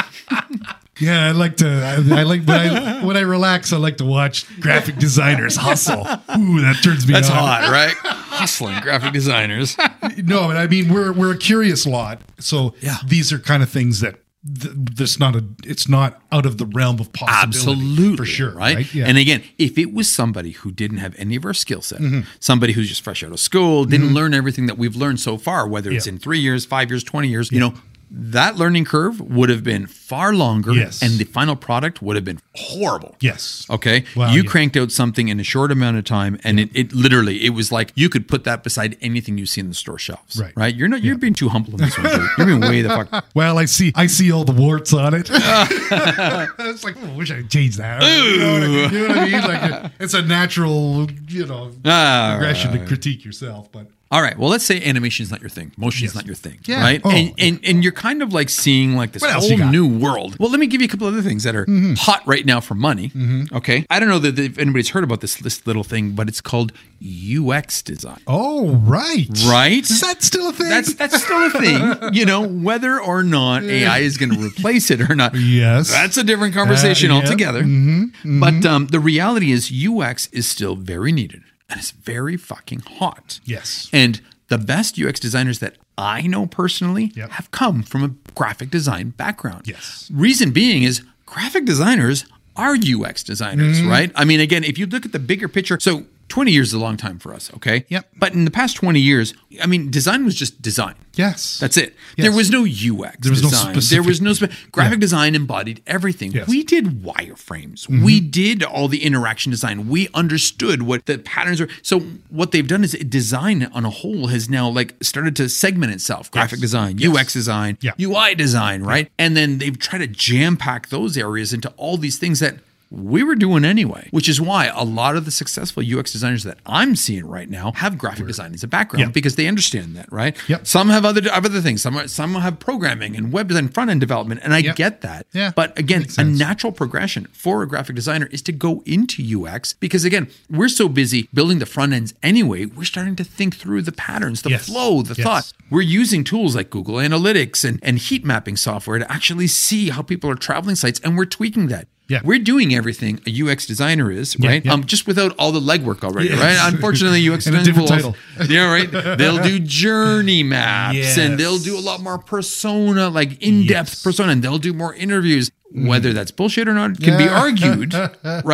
Yeah, I like to. I, I like when I when I relax. I like to watch graphic designers hustle. Ooh, that turns me. That's on. hot, right? Hustling graphic designers. No, but I mean we're we're a curious lot. So Yeah. these are kind of things that th- that's not a. It's not out of the realm of possibility. Absolutely. for sure. Right. Yeah. And again, if it was somebody who didn't have any of our skill set, Mm-hmm. somebody who's just fresh out of school, didn't learn everything that we've learned so far, whether it's Yeah. in three years, five years, 20 years, you know, that learning curve would have been far longer Yes. and the final product would have been horrible. yes. Okay. Wow, you yeah. cranked out something in a short amount of time and it, it literally it was like you could put that beside anything you see in the store shelves. Right. Right. You're not you're being too humble in this one, dude. You're being way the fuck Well, I see. I see all the warts on it. it's like oh, I wish I had changed that. You, know what I, you know what I mean? Like it's a natural, you know, Ah, progression to critique yourself. But All right. Well, let's say animation's not your thing. Motion's not your thing. Yeah. Right. Oh, and, and and you're kind of like seeing like this What else whole you got? Mm-hmm. new world. Well, let me give you a couple other things that are hot right now for money. Okay. I don't know that if anybody's heard about this this little thing, but it's called UX design. oh, right, Right? Is that still a thing? That's that's still a thing, you know, whether or not AI is going to replace it or not. Yes. that's a different conversation Uh, Mm-hmm. yeah. altogether. But um, the reality is, UX is still very needed, and it's very fucking hot. Yes. and the best UX designers that I know personally Yep. have come from a graphic design background. Yes. reason being is graphic designers are UX designers, Mm-hmm. right? I mean, again, if you look at the bigger picture, so. 20 years is a long time for us, okay? Yep. But in the past 20 years, I mean, design was just design. yes. That's it. Yes. There was no UX. There was was no design. specific- There was no spe- graphic design embodied everything. Yes. Mm-hmm. We did wireframes. We did all the interaction design. We understood what the patterns are. So what they've done is design on a whole has now like started to segment itself. Graphic design, UX design, Yeah. UI design, right? And then they've tried to jam pack those areas into all these things that we were doing anyway, which is why a lot of the successful UX designers that I'm seeing right now have graphic design as a background Yeah. because they understand that, right? Yep. Some have other have other things. Some are, some have programming and web design, front end development, and I Yep. get that. Yeah. But again, Makes a sense. natural progression for a graphic designer is to go into UX because again, we're so busy building the front ends anyway. We're starting to think through the patterns, the Yes. flow, the Yes. thought. We're using tools like Google Analytics and, and heat mapping software to actually see how people are traveling sites, and we're tweaking that. Yeah. We're doing everything a UX designer is, right? yeah. Um, just without all the legwork already, Yes. right? Unfortunately, UX And a designers different will also- title. yeah, right. They'll do journey maps and they'll do a lot more persona, like in depth Yes. Mm. persona, and they'll do more interviews. Whether that's bullshit or not can be Yeah. Uh. argued,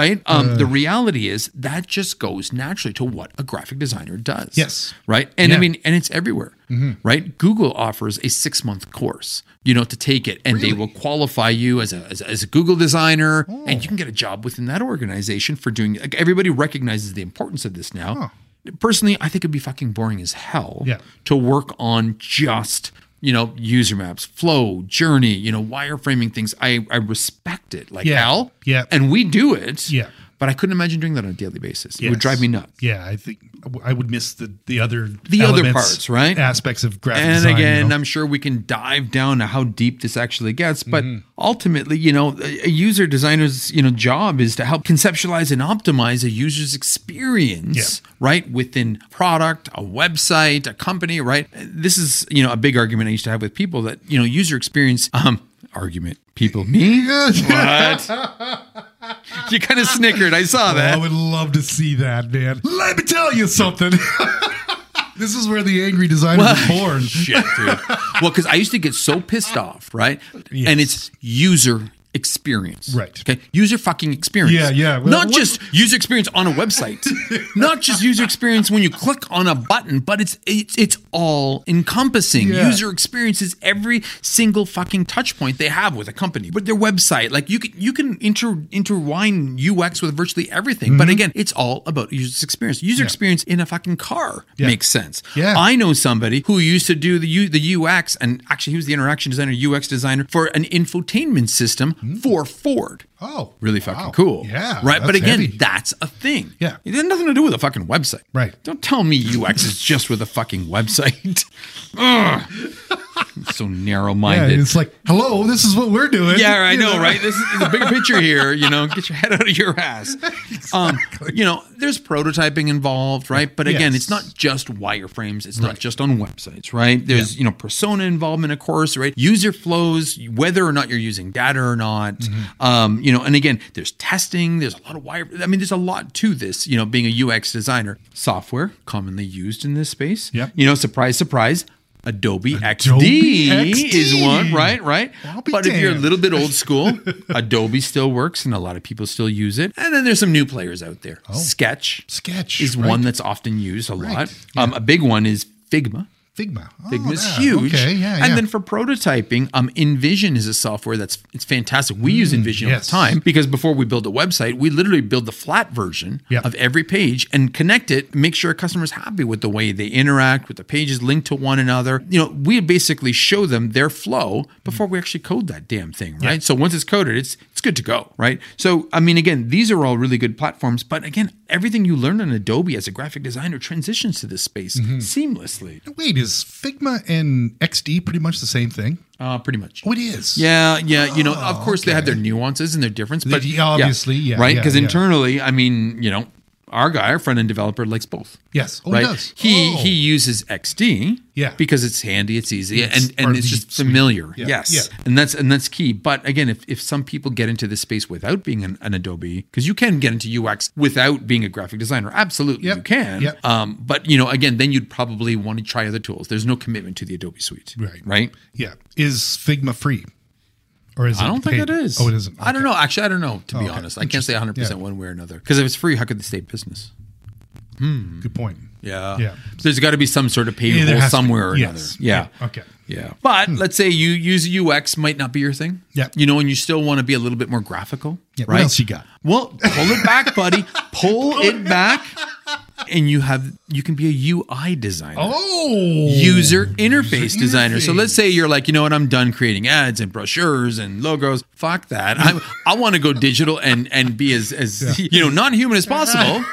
right? Um, the reality is that just goes naturally to what a graphic designer does. Yes. Right. And I Yeah. Mm-hmm. mean, and it's everywhere, right? Google offers a six month course, you know, to take it, and they will qualify you as a, as a, as a Google designer, Oh. and you can get a job within that organization for doing. Like, everybody recognizes the importance of this now. Personally, I think it'd be fucking boring as hell Yeah. to work on just you know user maps, flow, journey, you know, wireframing things. I I respect it like Yeah. hell, Yeah. and we do it, Yeah. But I couldn't imagine doing that on a daily basis. It would Yes. drive me nuts. Yeah, I think I would miss the the other The other elements, parts, right? Aspects of graphic and design, you again, know? I'm sure we can dive down to how deep this actually gets, but Mm-hmm. ultimately, you know, a a user designer's you know job is to help conceptualize and optimize a user's experience, Yeah. right, within product, a website, a company, right. This is you know a big argument I used to have with people that you know user experience um argument people me what you kind of snickered I saw I that would love to see that, man. Let me tell you something. this is where the angry designer was born. Shit, dude. well, because I used to get so pissed off, right? And it's user experience. Right. Okay. User fucking experience. Yeah, yeah. Well, Not what- just user experience on a website. Not just user experience when you click on a button, but it's it's it's all encompassing. Yeah. User experience is every single fucking touch point they have with a company, with their website. Like you can you can inter interwine UX with virtually everything. But Mm-hmm. again, it's all about user experience. User experience in a fucking car Yeah. makes sense. Yeah. I know somebody who used to do the U, the UX and actually he was the interaction designer, UX designer for an infotainment system for Ford. Hmm. Oh, Really wow. fucking cool. Yeah, Right. But that's again, heavy. that's a thing. Yeah. It had nothing to do with a fucking website. Right. Don't tell me UX is just with a fucking website. Ugh. so narrow Yeah, minded. it's like, hello, this is what we're doing. Yeah, I You know, right? This is the big picture here. You know, get your head out of your ass. Um, you know, there's prototyping involved, right? But again, Yes. it's not just wireframes. It's not just on websites, right? There's you know persona involvement, of course, right? User flows, whether or not you're using data or not. Mm-hmm. Um, you know, and again, there's testing. There's a lot of wire. I mean, there's a lot to this. You know, being a UX designer, software commonly used in this space. Yep. You know, surprise, surprise. Adobe, Adobe XD is XD. one, right? Right. I'll be But if you're a damned. little bit old school. Adobe still works, and a lot of people still use it. And then there's some new players out there. Sketch, Oh. Sketch, is right. one that's often used a lot. Um, a big one is Figma. Figma. Oh, Figma's yeah. huge. Okay, yeah, And yeah. then for prototyping, um, Envision is a software that's it's fantastic. We use Envision all the Mm, yes. time because before we build a website, we literally build the flat version Yep. of every page and connect it, make sure a customer's happy with the way they interact, with the pages linked to one another. You know, we basically show them their flow before we actually code that damn thing, right? So once it's coded, it's it's good to go, right? So I mean, again, these are all really good platforms, but again, everything you learn on Adobe as a graphic designer transitions to this space Mm-hmm. seamlessly, Wait, is Figma and XD pretty much the same thing? uh, pretty much. Oh, it is. Yeah, yeah. You know, of course they have their nuances and their difference, but yeah, Oh, obviously, yeah, right. yeah, Because yeah. internally, I mean, you know, our guy, our front end developer, likes both. Yes. Oh, right. it does. He Oh. he uses XD. Yeah. Because it's handy, it's easy, It's and and it's RV just suite. familiar. Yeah, Yes. yeah. And that's and that's key. But again, if if some people get into this space without being an, an Adobe, because you can get into UX without being a graphic designer, absolutely Yep, you can. yep. Um, but you know, again, then you'd probably want to try other tools. There's no commitment to the Adobe suite. Right. Right. Yeah. Is Figma free? Or is it I don't think paid? it is. Oh, it isn't. I don't Okay. know. Actually, I don't know, to be okay. honest. I can't say 100% Yeah. one way or another. Because if it's free, how could they stay in business? Good point. Yeah. Yeah. There's got to be some sort of pay Yeah, there rule has to be. somewhere or Yes. another. Yeah. Yeah. Okay. Hmm. Yeah. But let's say you use UX might not be your thing. Yeah. You know, and you still want to be a little bit more graphical. Yeah, what Right. else you got? Well, pull it back, buddy. Pull it back. And you have you can be a UI designer. Oh. user interface designer. So interface. let's say you're like, you know what, I'm done creating ads and brochures and logos. Fuck that. I, I want to go digital and and be as as you know non-human as possible.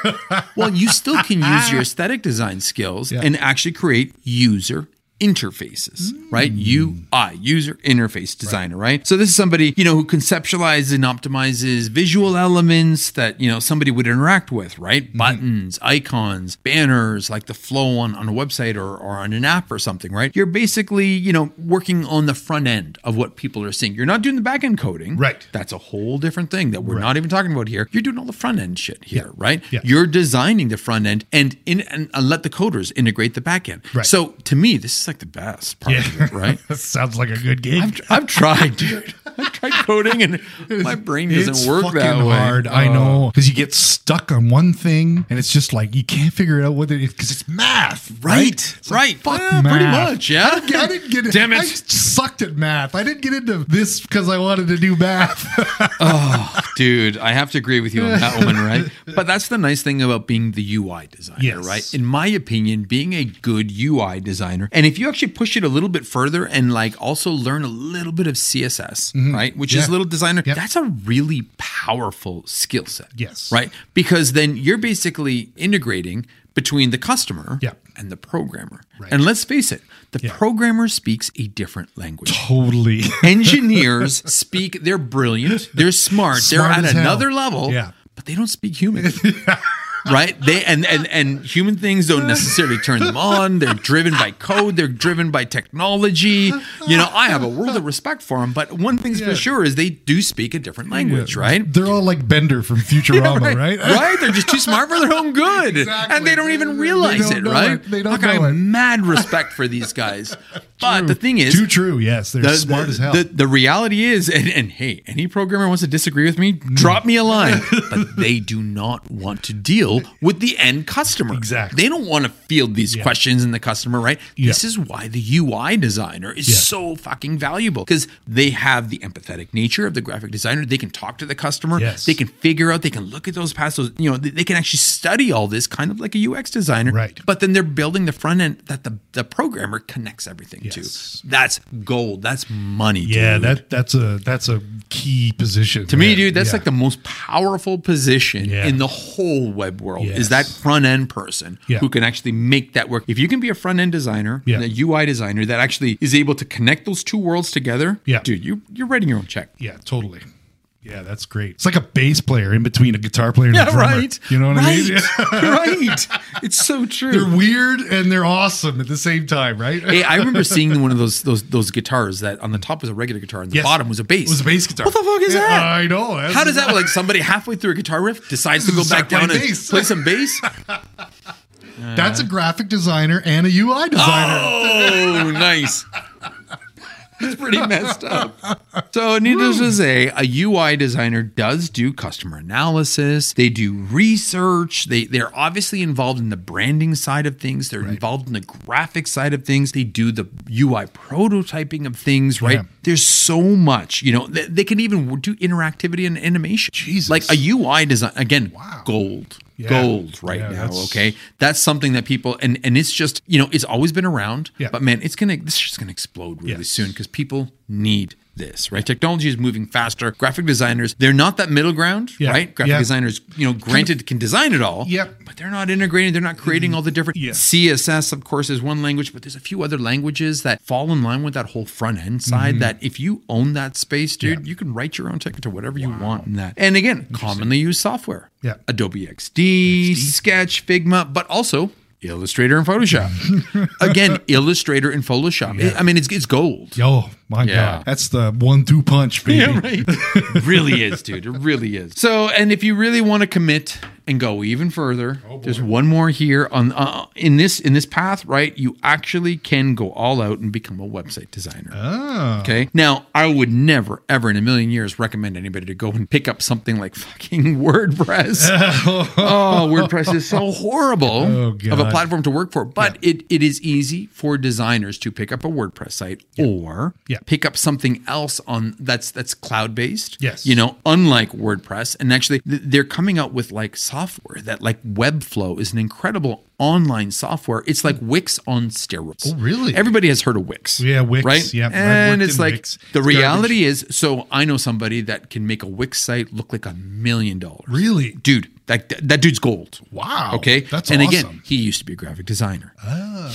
well, you still can use your aesthetic design skills and actually create user interfaces, right? UI, user interface designer, right. So this is somebody, you know, who conceptualizes and optimizes visual elements that, you know, somebody would interact with, right? Mm-hmm. Buttons, icons, banners, like the flow on, on a website or, or on an app or something, right? You're basically, you know, working on the front end of what people are seeing. You're not doing the back end coding. Right. That's a whole different thing that we're not even talking about here. You're doing all the front end shit here, right? Yeah. You're designing the front end and in and, and let the coders integrate the back end. Right. So to me, this is like the best part of Yeah. it, right? That sounds like a good game. I've tried, dude. I tried coding and my brain doesn't it's work fucking that way. Uh, hard. I know because you get stuck on one thing, and it's just like you can't figure it out whether it because it's math, right? Right, It's right. Like, fuck Yeah, math. pretty much, yeah. I, didn't- I didn't get it. Damn it. I sucked at math. I didn't get into this because I wanted to do math. Dude, I have to agree with you on that one, right? But that's the nice thing about being the UI designer, Yes. right? In my opinion, being a good UI designer, and if you actually push it a little bit further and like also learn a little bit of CSS, right? Which is Mm-hmm. Yeah. little designer, Yep. that's a really powerful skill set. Yes. Right? Because then you're basically integrating between the customer Yep. and the programmer. Right. And let's face it, the Yeah. programmer speaks a different language totally. engineers speak they're brilliant they're smart, Smart they're as at hell. another level Yeah. but they don't speak human right they and, and and human things don't necessarily turn them on they're driven by code they're driven by technology you know i have a world of respect for them but one thing's for Yeah. sure is they do speak a different language right They're all like Bender from Futurama, right? Right? They're just too smart for their own good. Exactly. And they don't even They realize don't it, know right? it. They don't Like, know I have it. mad respect for these guys. But the thing is, Too true. Yes, they're the, smart the- as hell. The, the reality is, and, and hey, any programmer wants to disagree with me, drop me a line. but they do not want to deal with the end customer. Exactly. They don't want to field these questions in the customer, right? This Yeah. is why the UI designer is Yeah. so fucking valuable because they have the empathetic nature of the graphic designer. They can talk to the customer. Yes. They can figure out, they can look at those past those, you know, they, they can actually study all this kind of like a UX designer. Right. But then they're building the front end that the, the programmer connects everything Yes. to. That's gold. That's money. yeah, dude. that that's a that's a key position to me, dude, that's like the most powerful position Yeah. in the whole web world. Yes. Is that front end person Yeah. who can actually make that work? If you can be a front end designer Yeah. and a UI designer that actually is able to connect those two worlds together, Yeah. dude, you you're writing your own check. yeah, totally. Yeah, that's great. It's like a bass player in between a guitar player and a Yeah, drummer. right. You know what I mean? right. right. It's so true. They're weird and they're awesome at the same time, right? Hey, I remember seeing one of those those those guitars that on the top was a regular guitar and the Yes. bottom was a bass. It was a bass guitar. What the fuck is Yeah, that? I know. That's- How does that like somebody halfway through a guitar riff decides to go back Start down and playing bass. play some bass? That's a graphic designer and a UI designer. Oh, nice. It's pretty messed up. So, needless to say, a UI designer does do customer analysis. They do research. They they're obviously involved in the branding side of things. They're involved in the graphic side of things. They do the UI prototyping of things. Right? Yeah. There's so much. You know, they, they can even do interactivity and animation. Jesus. like a UI design again. Wow. Gold. Yeah. Gold right Yeah, now, that's- okay? That's something that people and and it's just, you know, it's always been around, Yeah. but man, it's gonna this is just gonna explode really Yes. soon because people need this, right? Technology is moving faster. Graphic designers, they're not that middle ground, Yeah. right? Graphic Yeah. designers, you know, granted can design it all, Yep. but they're not integrating, they're not Mm-hmm. creating all the different Yeah. CSS, of course, is one language, but there's a few other languages that fall in line with that whole front end side that if you own that space, dude, you can write your own ticket to whatever you want in that. And again, commonly used software. Yeah. Adobe XD, Sketch, Figma, but also Illustrator and Photoshop. Again, Illustrator and Photoshop. I mean, it's, it's gold. Yo, my Yeah. God. That's the one two punch, baby. right. it really is, dude. It really is. So, and if you really want to commit and go even further, there's one more here on uh, in this in this path, right? You actually can go all out and become a website designer. Okay. Now, I would never, ever in a million years recommend anybody to go and pick up something like fucking WordPress. oh, WordPress is so horrible of a God. platform to work for. But it, it is easy for designers to pick up a WordPress site or Yeah. pick up something else on that's that's cloud based. Yes. You know, unlike WordPress. And actually th- they're coming out with like software that like Webflow is an incredible online software. It's like Wix on steroids. Oh, really? Everybody has heard of Wix. Yeah, Wix, Right? yep. I've And worked it's in like Wix. the It's reality is so I know somebody that can make a Wix site look like a million dollars. Really? Dude, that, that dude's gold. Wow. Okay. That's and again, awesome. Oh. he used to be a graphic designer.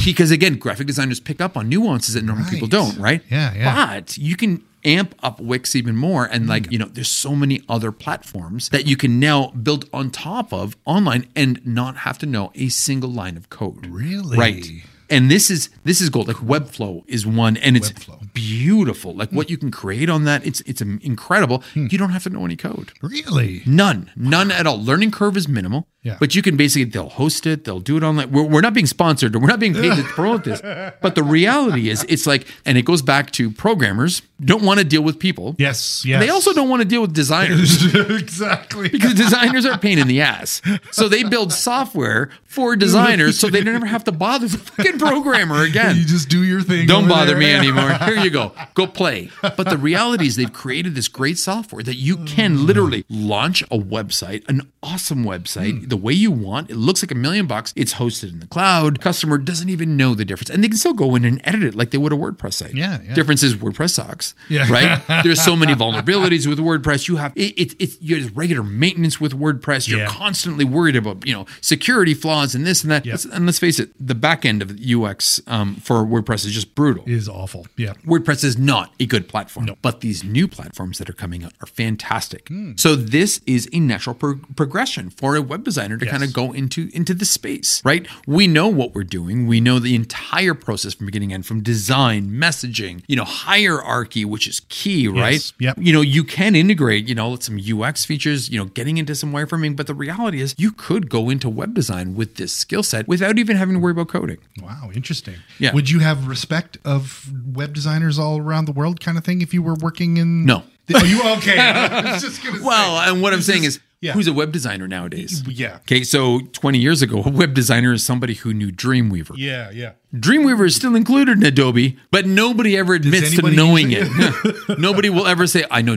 Because again, graphic designers pick up on nuances that normal people Right. don't, right? Yeah, yeah. Hmm. But you can amp up Wix even more. And like, you know, there's so many other platforms that you can now build on top of online and not have to know a single line of code. Really? Right. And this is this is gold. Like Webflow is one, and it's Webflow. Hmm. beautiful. Like what you can create on that, it's it's incredible. You don't have to know any code. Really? None, none at all. Learning curve is minimal. Yeah. But you can basically, they'll host it, they'll do it online. We're, we're not being sponsored or we're not being paid to promote this. But the reality is, it's like, and it goes back to programmers don't want to deal with people. Yes, yes. They also don't want to deal with designers exactly. because designers are a pain in the ass. So they build software for designers so they don't ever have to bother the fucking programmer again. you just do your thing. Don't over bother there. me Yeah. anymore. Here you go. Go play. But the reality is, they've created this great software that you can literally launch a website, an awesome website, Hmm. the way you want. It looks like a million bucks. It's hosted in the cloud. Customer doesn't even know the difference. And they can still go in and edit it like they would a WordPress site. Yeah, yeah. Difference is WordPress sucks. Yeah. Right? There's so many vulnerabilities with WordPress. You have it, it, it's you have regular maintenance with WordPress. You're Yeah. constantly worried about, you know, security flaws and this and that. Yep. And let's face it, the back end of UX um, for WordPress is just brutal. Is awful. Yeah. WordPress is not a good platform, but these new platforms that are coming out are fantastic. So this is a natural pro- progression for a web designer to kind of go into into the space, right? We know what we're doing. We know the entire process from beginning to end, from design, messaging, you know, hierarchy, which is key, right? Yep. You know, you can integrate, you know, some UX features, you know, getting into some wireframing, but the reality is you could go into web design with this skill set without even having to worry about coding. Wow, interesting. Yeah. Would you have respect of web designers all around the world, kind of thing, if you were working in? No. Are you okay? I was just gonna say. Well, uh, and what I'm saying just- is, yeah. who's a web designer nowadays? Yeah. Okay, so 20 years ago, a web designer is somebody who knew Dreamweaver. Yeah, yeah. Dreamweaver is still included in Adobe, but nobody ever admits to anybody knowing use it. nobody will ever say, I know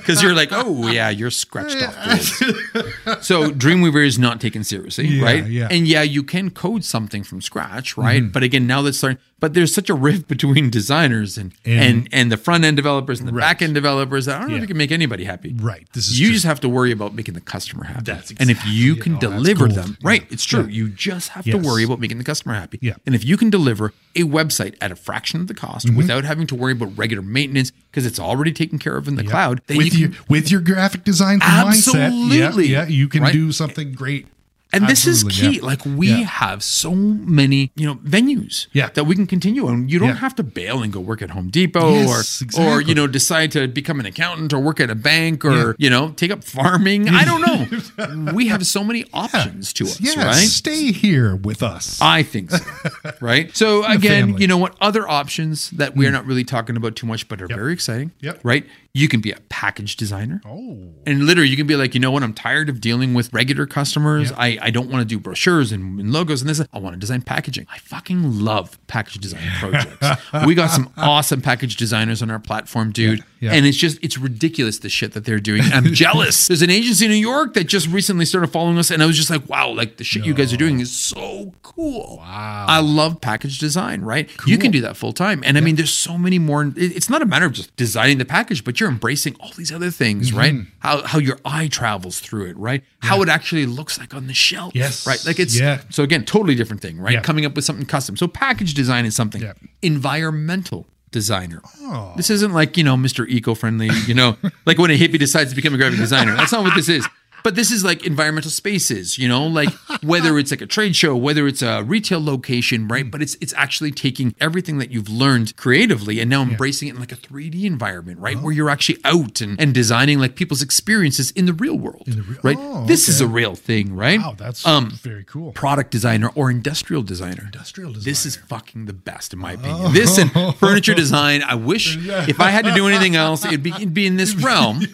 Because you're like, oh, yeah, you're scratched off. the list." so Dreamweaver is not taken seriously, Yeah, right? yeah. Mm-hmm. And yeah, you can code something from scratch, right? But again, now that's starting, but there's such a rift between designers and and, and, the front end developers and the Right. back end developers. I don't know if Yeah. it can make anybody happy Right. This is you true. just have to worry about making the customer happy. That's and if you exactly can it. Oh, that's deliver gold. them, Yeah. right, it's true. Yeah. You just have Yes. to worry about making the customer happy. Yeah. And if you can deliver a website at a fraction of the cost Mm-hmm. without having to worry about regular maintenance because it's already taken care of in the cloud, then with you your can, with your graphic design mindset, Absolutely. yeah, yeah, you can Right? do something great. and this is Absolutely, key. yeah. Like we Yeah. have so many, you know, venues Yeah. that we can continue and you don't Yeah. have to bail and go work at Home Depot Yes, or or exactly. you know, decide to become an accountant or work at a bank or, Yeah. you know, take up farming. I don't know. we have so many options to us, Yeah, right? Uh, stay here with us. I think so. right. So again, family. you know what? Other options that we're not really talking about too much, but are very exciting. Hmm. Yep. Right. You can be a package designer. oh, And literally, you can be like, you know what? I'm tired of dealing with regular customers. I, I don't want to do brochures and, and logos and this. I want to design packaging. I fucking love package design projects. we got some awesome package designers on our platform, dude. yeah. And it's just, it's ridiculous the shit that they're doing. I'm jealous. There's an agency in New York that just recently started following us. And I was just like, wow, like the shit you guys are doing is so cool. Wow. I love package design, right? You can do that full time. And I mean, there's so many more. it- It's not a matter of just designing the package, but you're embracing all these other things, Mm-hmm. right? How how your eye travels through it, right? How it actually looks like on the shelf, Yes. right? Like it's Yeah. so again, totally different thing, right? Yeah. Coming up with something custom. So package design is something Yeah. Oh. environmental designer. This isn't like you know Mr. Eco Friendly, you know, like when a hippie decides to become a graphic designer. That's not what this is. But this is like environmental spaces, you know, like whether it's like a trade show, whether it's a retail location, right? But it's it's actually taking everything that you've learned creatively and now embracing it in like a 3D environment, Oh. right? Where you're actually out and, and designing like people's experiences in the real world. right? oh, this is a okay. real thing, right? Um, wow, that's very cool. product designer or industrial designer. Industrial Oh. This is fucking the best in my opinion. This and furniture design. I wish if I had to do anything else, it'd be it'd be in this realm,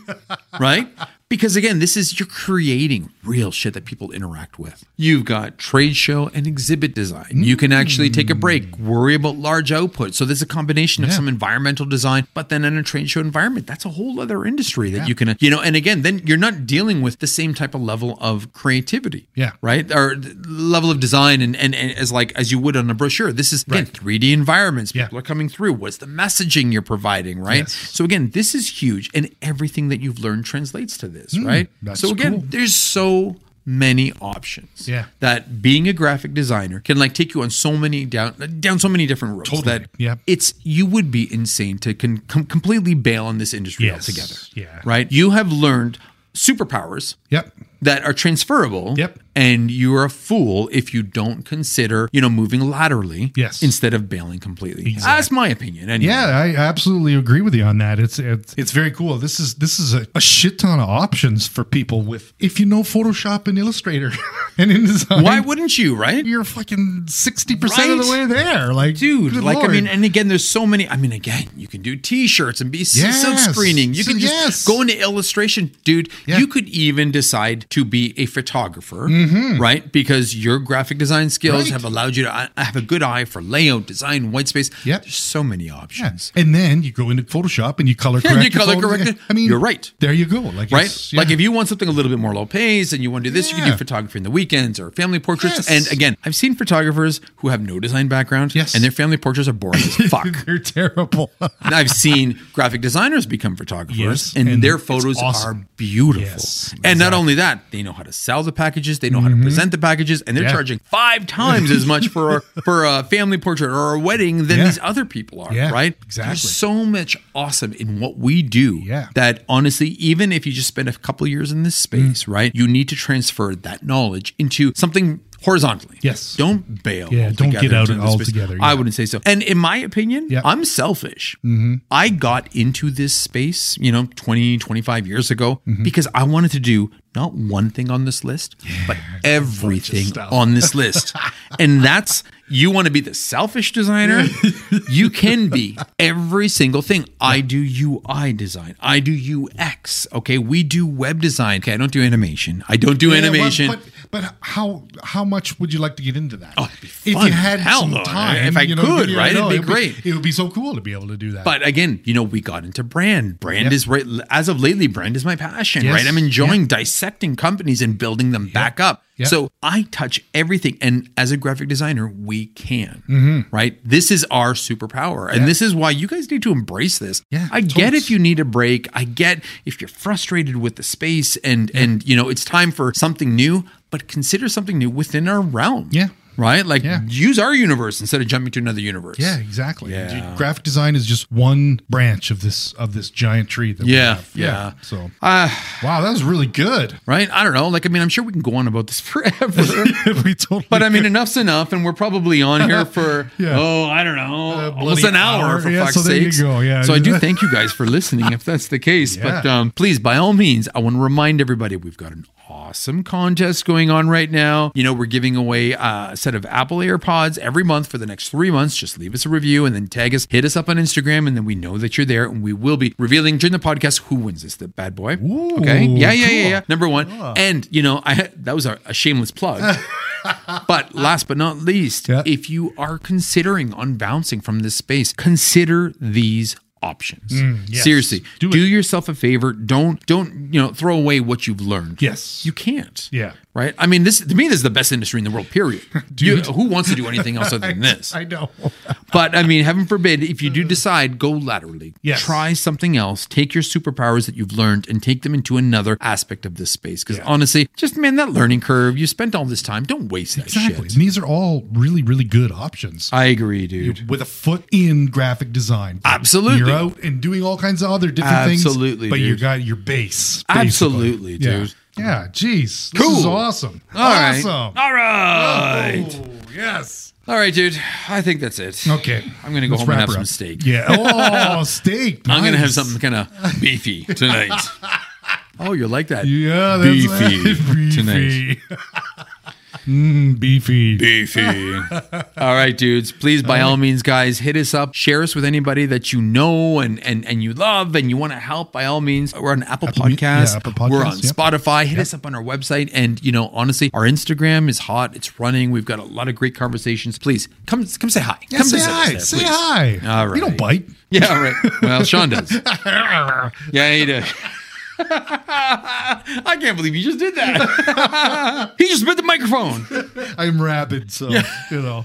right? Because again, this is you're creating real shit that people interact with. You've got trade show and exhibit design. You can actually take a break, worry about large output. So there's a combination of Mm. Yeah. some environmental design, but then in a trade show environment, that's a whole other industry that you can, you know. And again, then you're not dealing with the same type of level of creativity, Yeah. right, or th- level of design, and, and and as like as you would on a brochure. This is again 3D environments. Yeah. People are coming through. What's the messaging you're providing, right? Yes. So again, this is huge, and everything that you've learned translates to this, right? Mm, that's so again, cool. there's so many options Yeah. that being a graphic designer can like take you on so many down down so many different roads Totally. that Yeah. it's you would be insane to con- com- completely bail on this industry Yes. altogether Yeah. right you have learned superpowers Yep. that are transferable Yep. And you're a fool if you don't consider, you know, moving laterally Yes. instead of bailing completely. That's my opinion. Anyway. Yeah, I absolutely agree with you on that. It's it's, it's very cool. This is this is a, a shit ton of options for people with if you know Photoshop and Illustrator and InDesign. Why wouldn't you, right? you're fucking sixty percent of the way Right? there, like Dude, good like lord. I mean, and again, there's so many. I mean, again, you can do T-shirts and be s- Yes. silk screening. You So- can just yes. go into illustration, dude. Yeah. You could even decide to be a photographer, right? Because your graphic design skills Mm-hmm. Right. have allowed you to uh, have a good eye for layout, design, white space. Yep. There's so many Yeah. options. And then you go into Photoshop and you color Yeah, correct. you your color photo- correct it. I mean, You're right. There you go. Like Right? it's- yeah. Like if you want something a little bit more low pays and you want to do this, you Yeah. can do photography in the weekends or family portraits. Yes. And again, I've seen photographers who have no design background Yes. and their family portraits are boring as fuck. They're terrible. And I've seen graphic designers become photographers, Yes, and, and their it's photos awesome. are beautiful. Yes, Mm-hmm. and not only that, they know how to sell the packages, they know how to present the packages, and they're Yeah. charging five times as much for a, for a family portrait or a wedding than Yeah. these other people are. Yeah, right? exactly. There's so much awesome in what we do Yeah. Mm. that honestly, even if you just spend a couple years in this space, right, you need to transfer that knowledge into something. Horizontally, Yes. Don't bail. Yeah, don't get altogether out into this space. altogether, I yeah. would wouldn't say so. And in my opinion, Yeah. Mm-hmm. I'm selfish. I got into this space, you know, 20, 25 years ago Mm-hmm. because I wanted to do not one thing on this list, but everything stuff. on this list. and that's you want to be the selfish designer? you can be every single thing. I do UI design. I do UX. Okay. We do web design. Okay. I don't do animation. I don't do Yeah, but- animation. But, but, how how much would you like to get into that? Oh, it'd be if fun. you had Hell some no. time, If I you know, could, video- right? I know, It'd be it would great. it would be so cool to be able to do that. But again, you know, we got into brand. Brand Yep. is right as of lately. Brand is my passion, Yes. right? I'm enjoying dissecting companies and building them back up. Yep. So I touch everything, and as a graphic designer, we can, Mm-hmm. right? This is our superpower, and this is why you guys need to embrace this. Yeah, I get totes. if you need a break. I get if you're frustrated with the space, and and you know it's time for something new. But consider something new within our realm. Yeah. Right? Like Yeah. use our universe instead of jumping to another universe. yeah, exactly. Yeah. Graphic design is just one branch of this of this giant tree. That we Yeah, have. yeah. So Ah, wow, that was really good. right? I don't know. Like, I mean, I'm sure we can go on about this forever. we totally. But I mean, enough's enough, and we're probably on here for Yeah. Uh, oh, I don't know, almost bloody an hour, hour. for Yeah, fuck's so there you sakes. go. Yeah. So I do thank you guys for listening, if that's the case. But Yeah. um, please, by all means, I want to remind everybody we've got an awesome contest going on right now. You know, we're giving away uh, a set of Apple AirPods every month for the next three months. Just leave us a review and then tag us, hit us up on Instagram, and then we know that you're there, and we will be revealing during the podcast who wins this the bad boy. Ooh, okay. Yeah, yeah, yeah, cool. Ah. yeah. Number one, and you know, I that was a, a shameless plug. But last but not least, Yeah. if you are considering unbouncing from this space, consider these options. Mm, yes. Seriously, Do do, it. yourself a favor. Don't don't you know throw away what you've learned. Yes. you can't. Yeah. right. I mean, this to me this is the best industry in the world. Period. You- who wants to do anything else other than this? I know. Mm-hmm. But I mean, heaven forbid, if you do decide, go laterally. Yes. Try something else. Take your superpowers that you've learned and take them into another aspect of this space. Because honestly, just man, that learning curve, you spent all this time, don't waste that Exactly. shit. And these are all really really good options. I agree, dude. with a foot in graphic design. You're Absolutely. out and doing all kinds of other different things. Absolutely, But you dude. got your base. Absolutely, basically. dude. Yeah. yeah. Jeez. This is Cool. awesome. All right. awesome. All right. Oh, yes. All right, dude. I think that's it. Okay. I'm gonna go Let's home wrap and have her some up. steak. Yeah. Oh, steak. I'm gonna have nice. something kind of beefy tonight. oh, you like that? Yeah, that's beefy tonight. beefy. mm, beefy. beefy. all right, dudes. Please, by all means, guys, hit us up. Share us with anybody that you know and and and you love and you want to help. By all means, we're on Apple, Apple Mu- Podcasts. yeah, Apple We're Podcasts, on yep. Spotify. Hit us up on our website. And you know, honestly, our Instagram is hot. It's running. We've got a lot of great conversations. Please come come say hi. Yeah, come say visit us hi. there, say please. hi. All You don't right. bite. Yeah, all right. Well, Sean does. yeah, he does. I can't believe you just did that. he just bit the microphone. I'm rabid, so you know.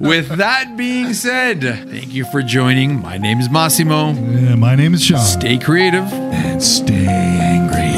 With that being said, thank you for joining. My name is Massimo. Yeah, my name is Sean. Stay creative. And stay angry.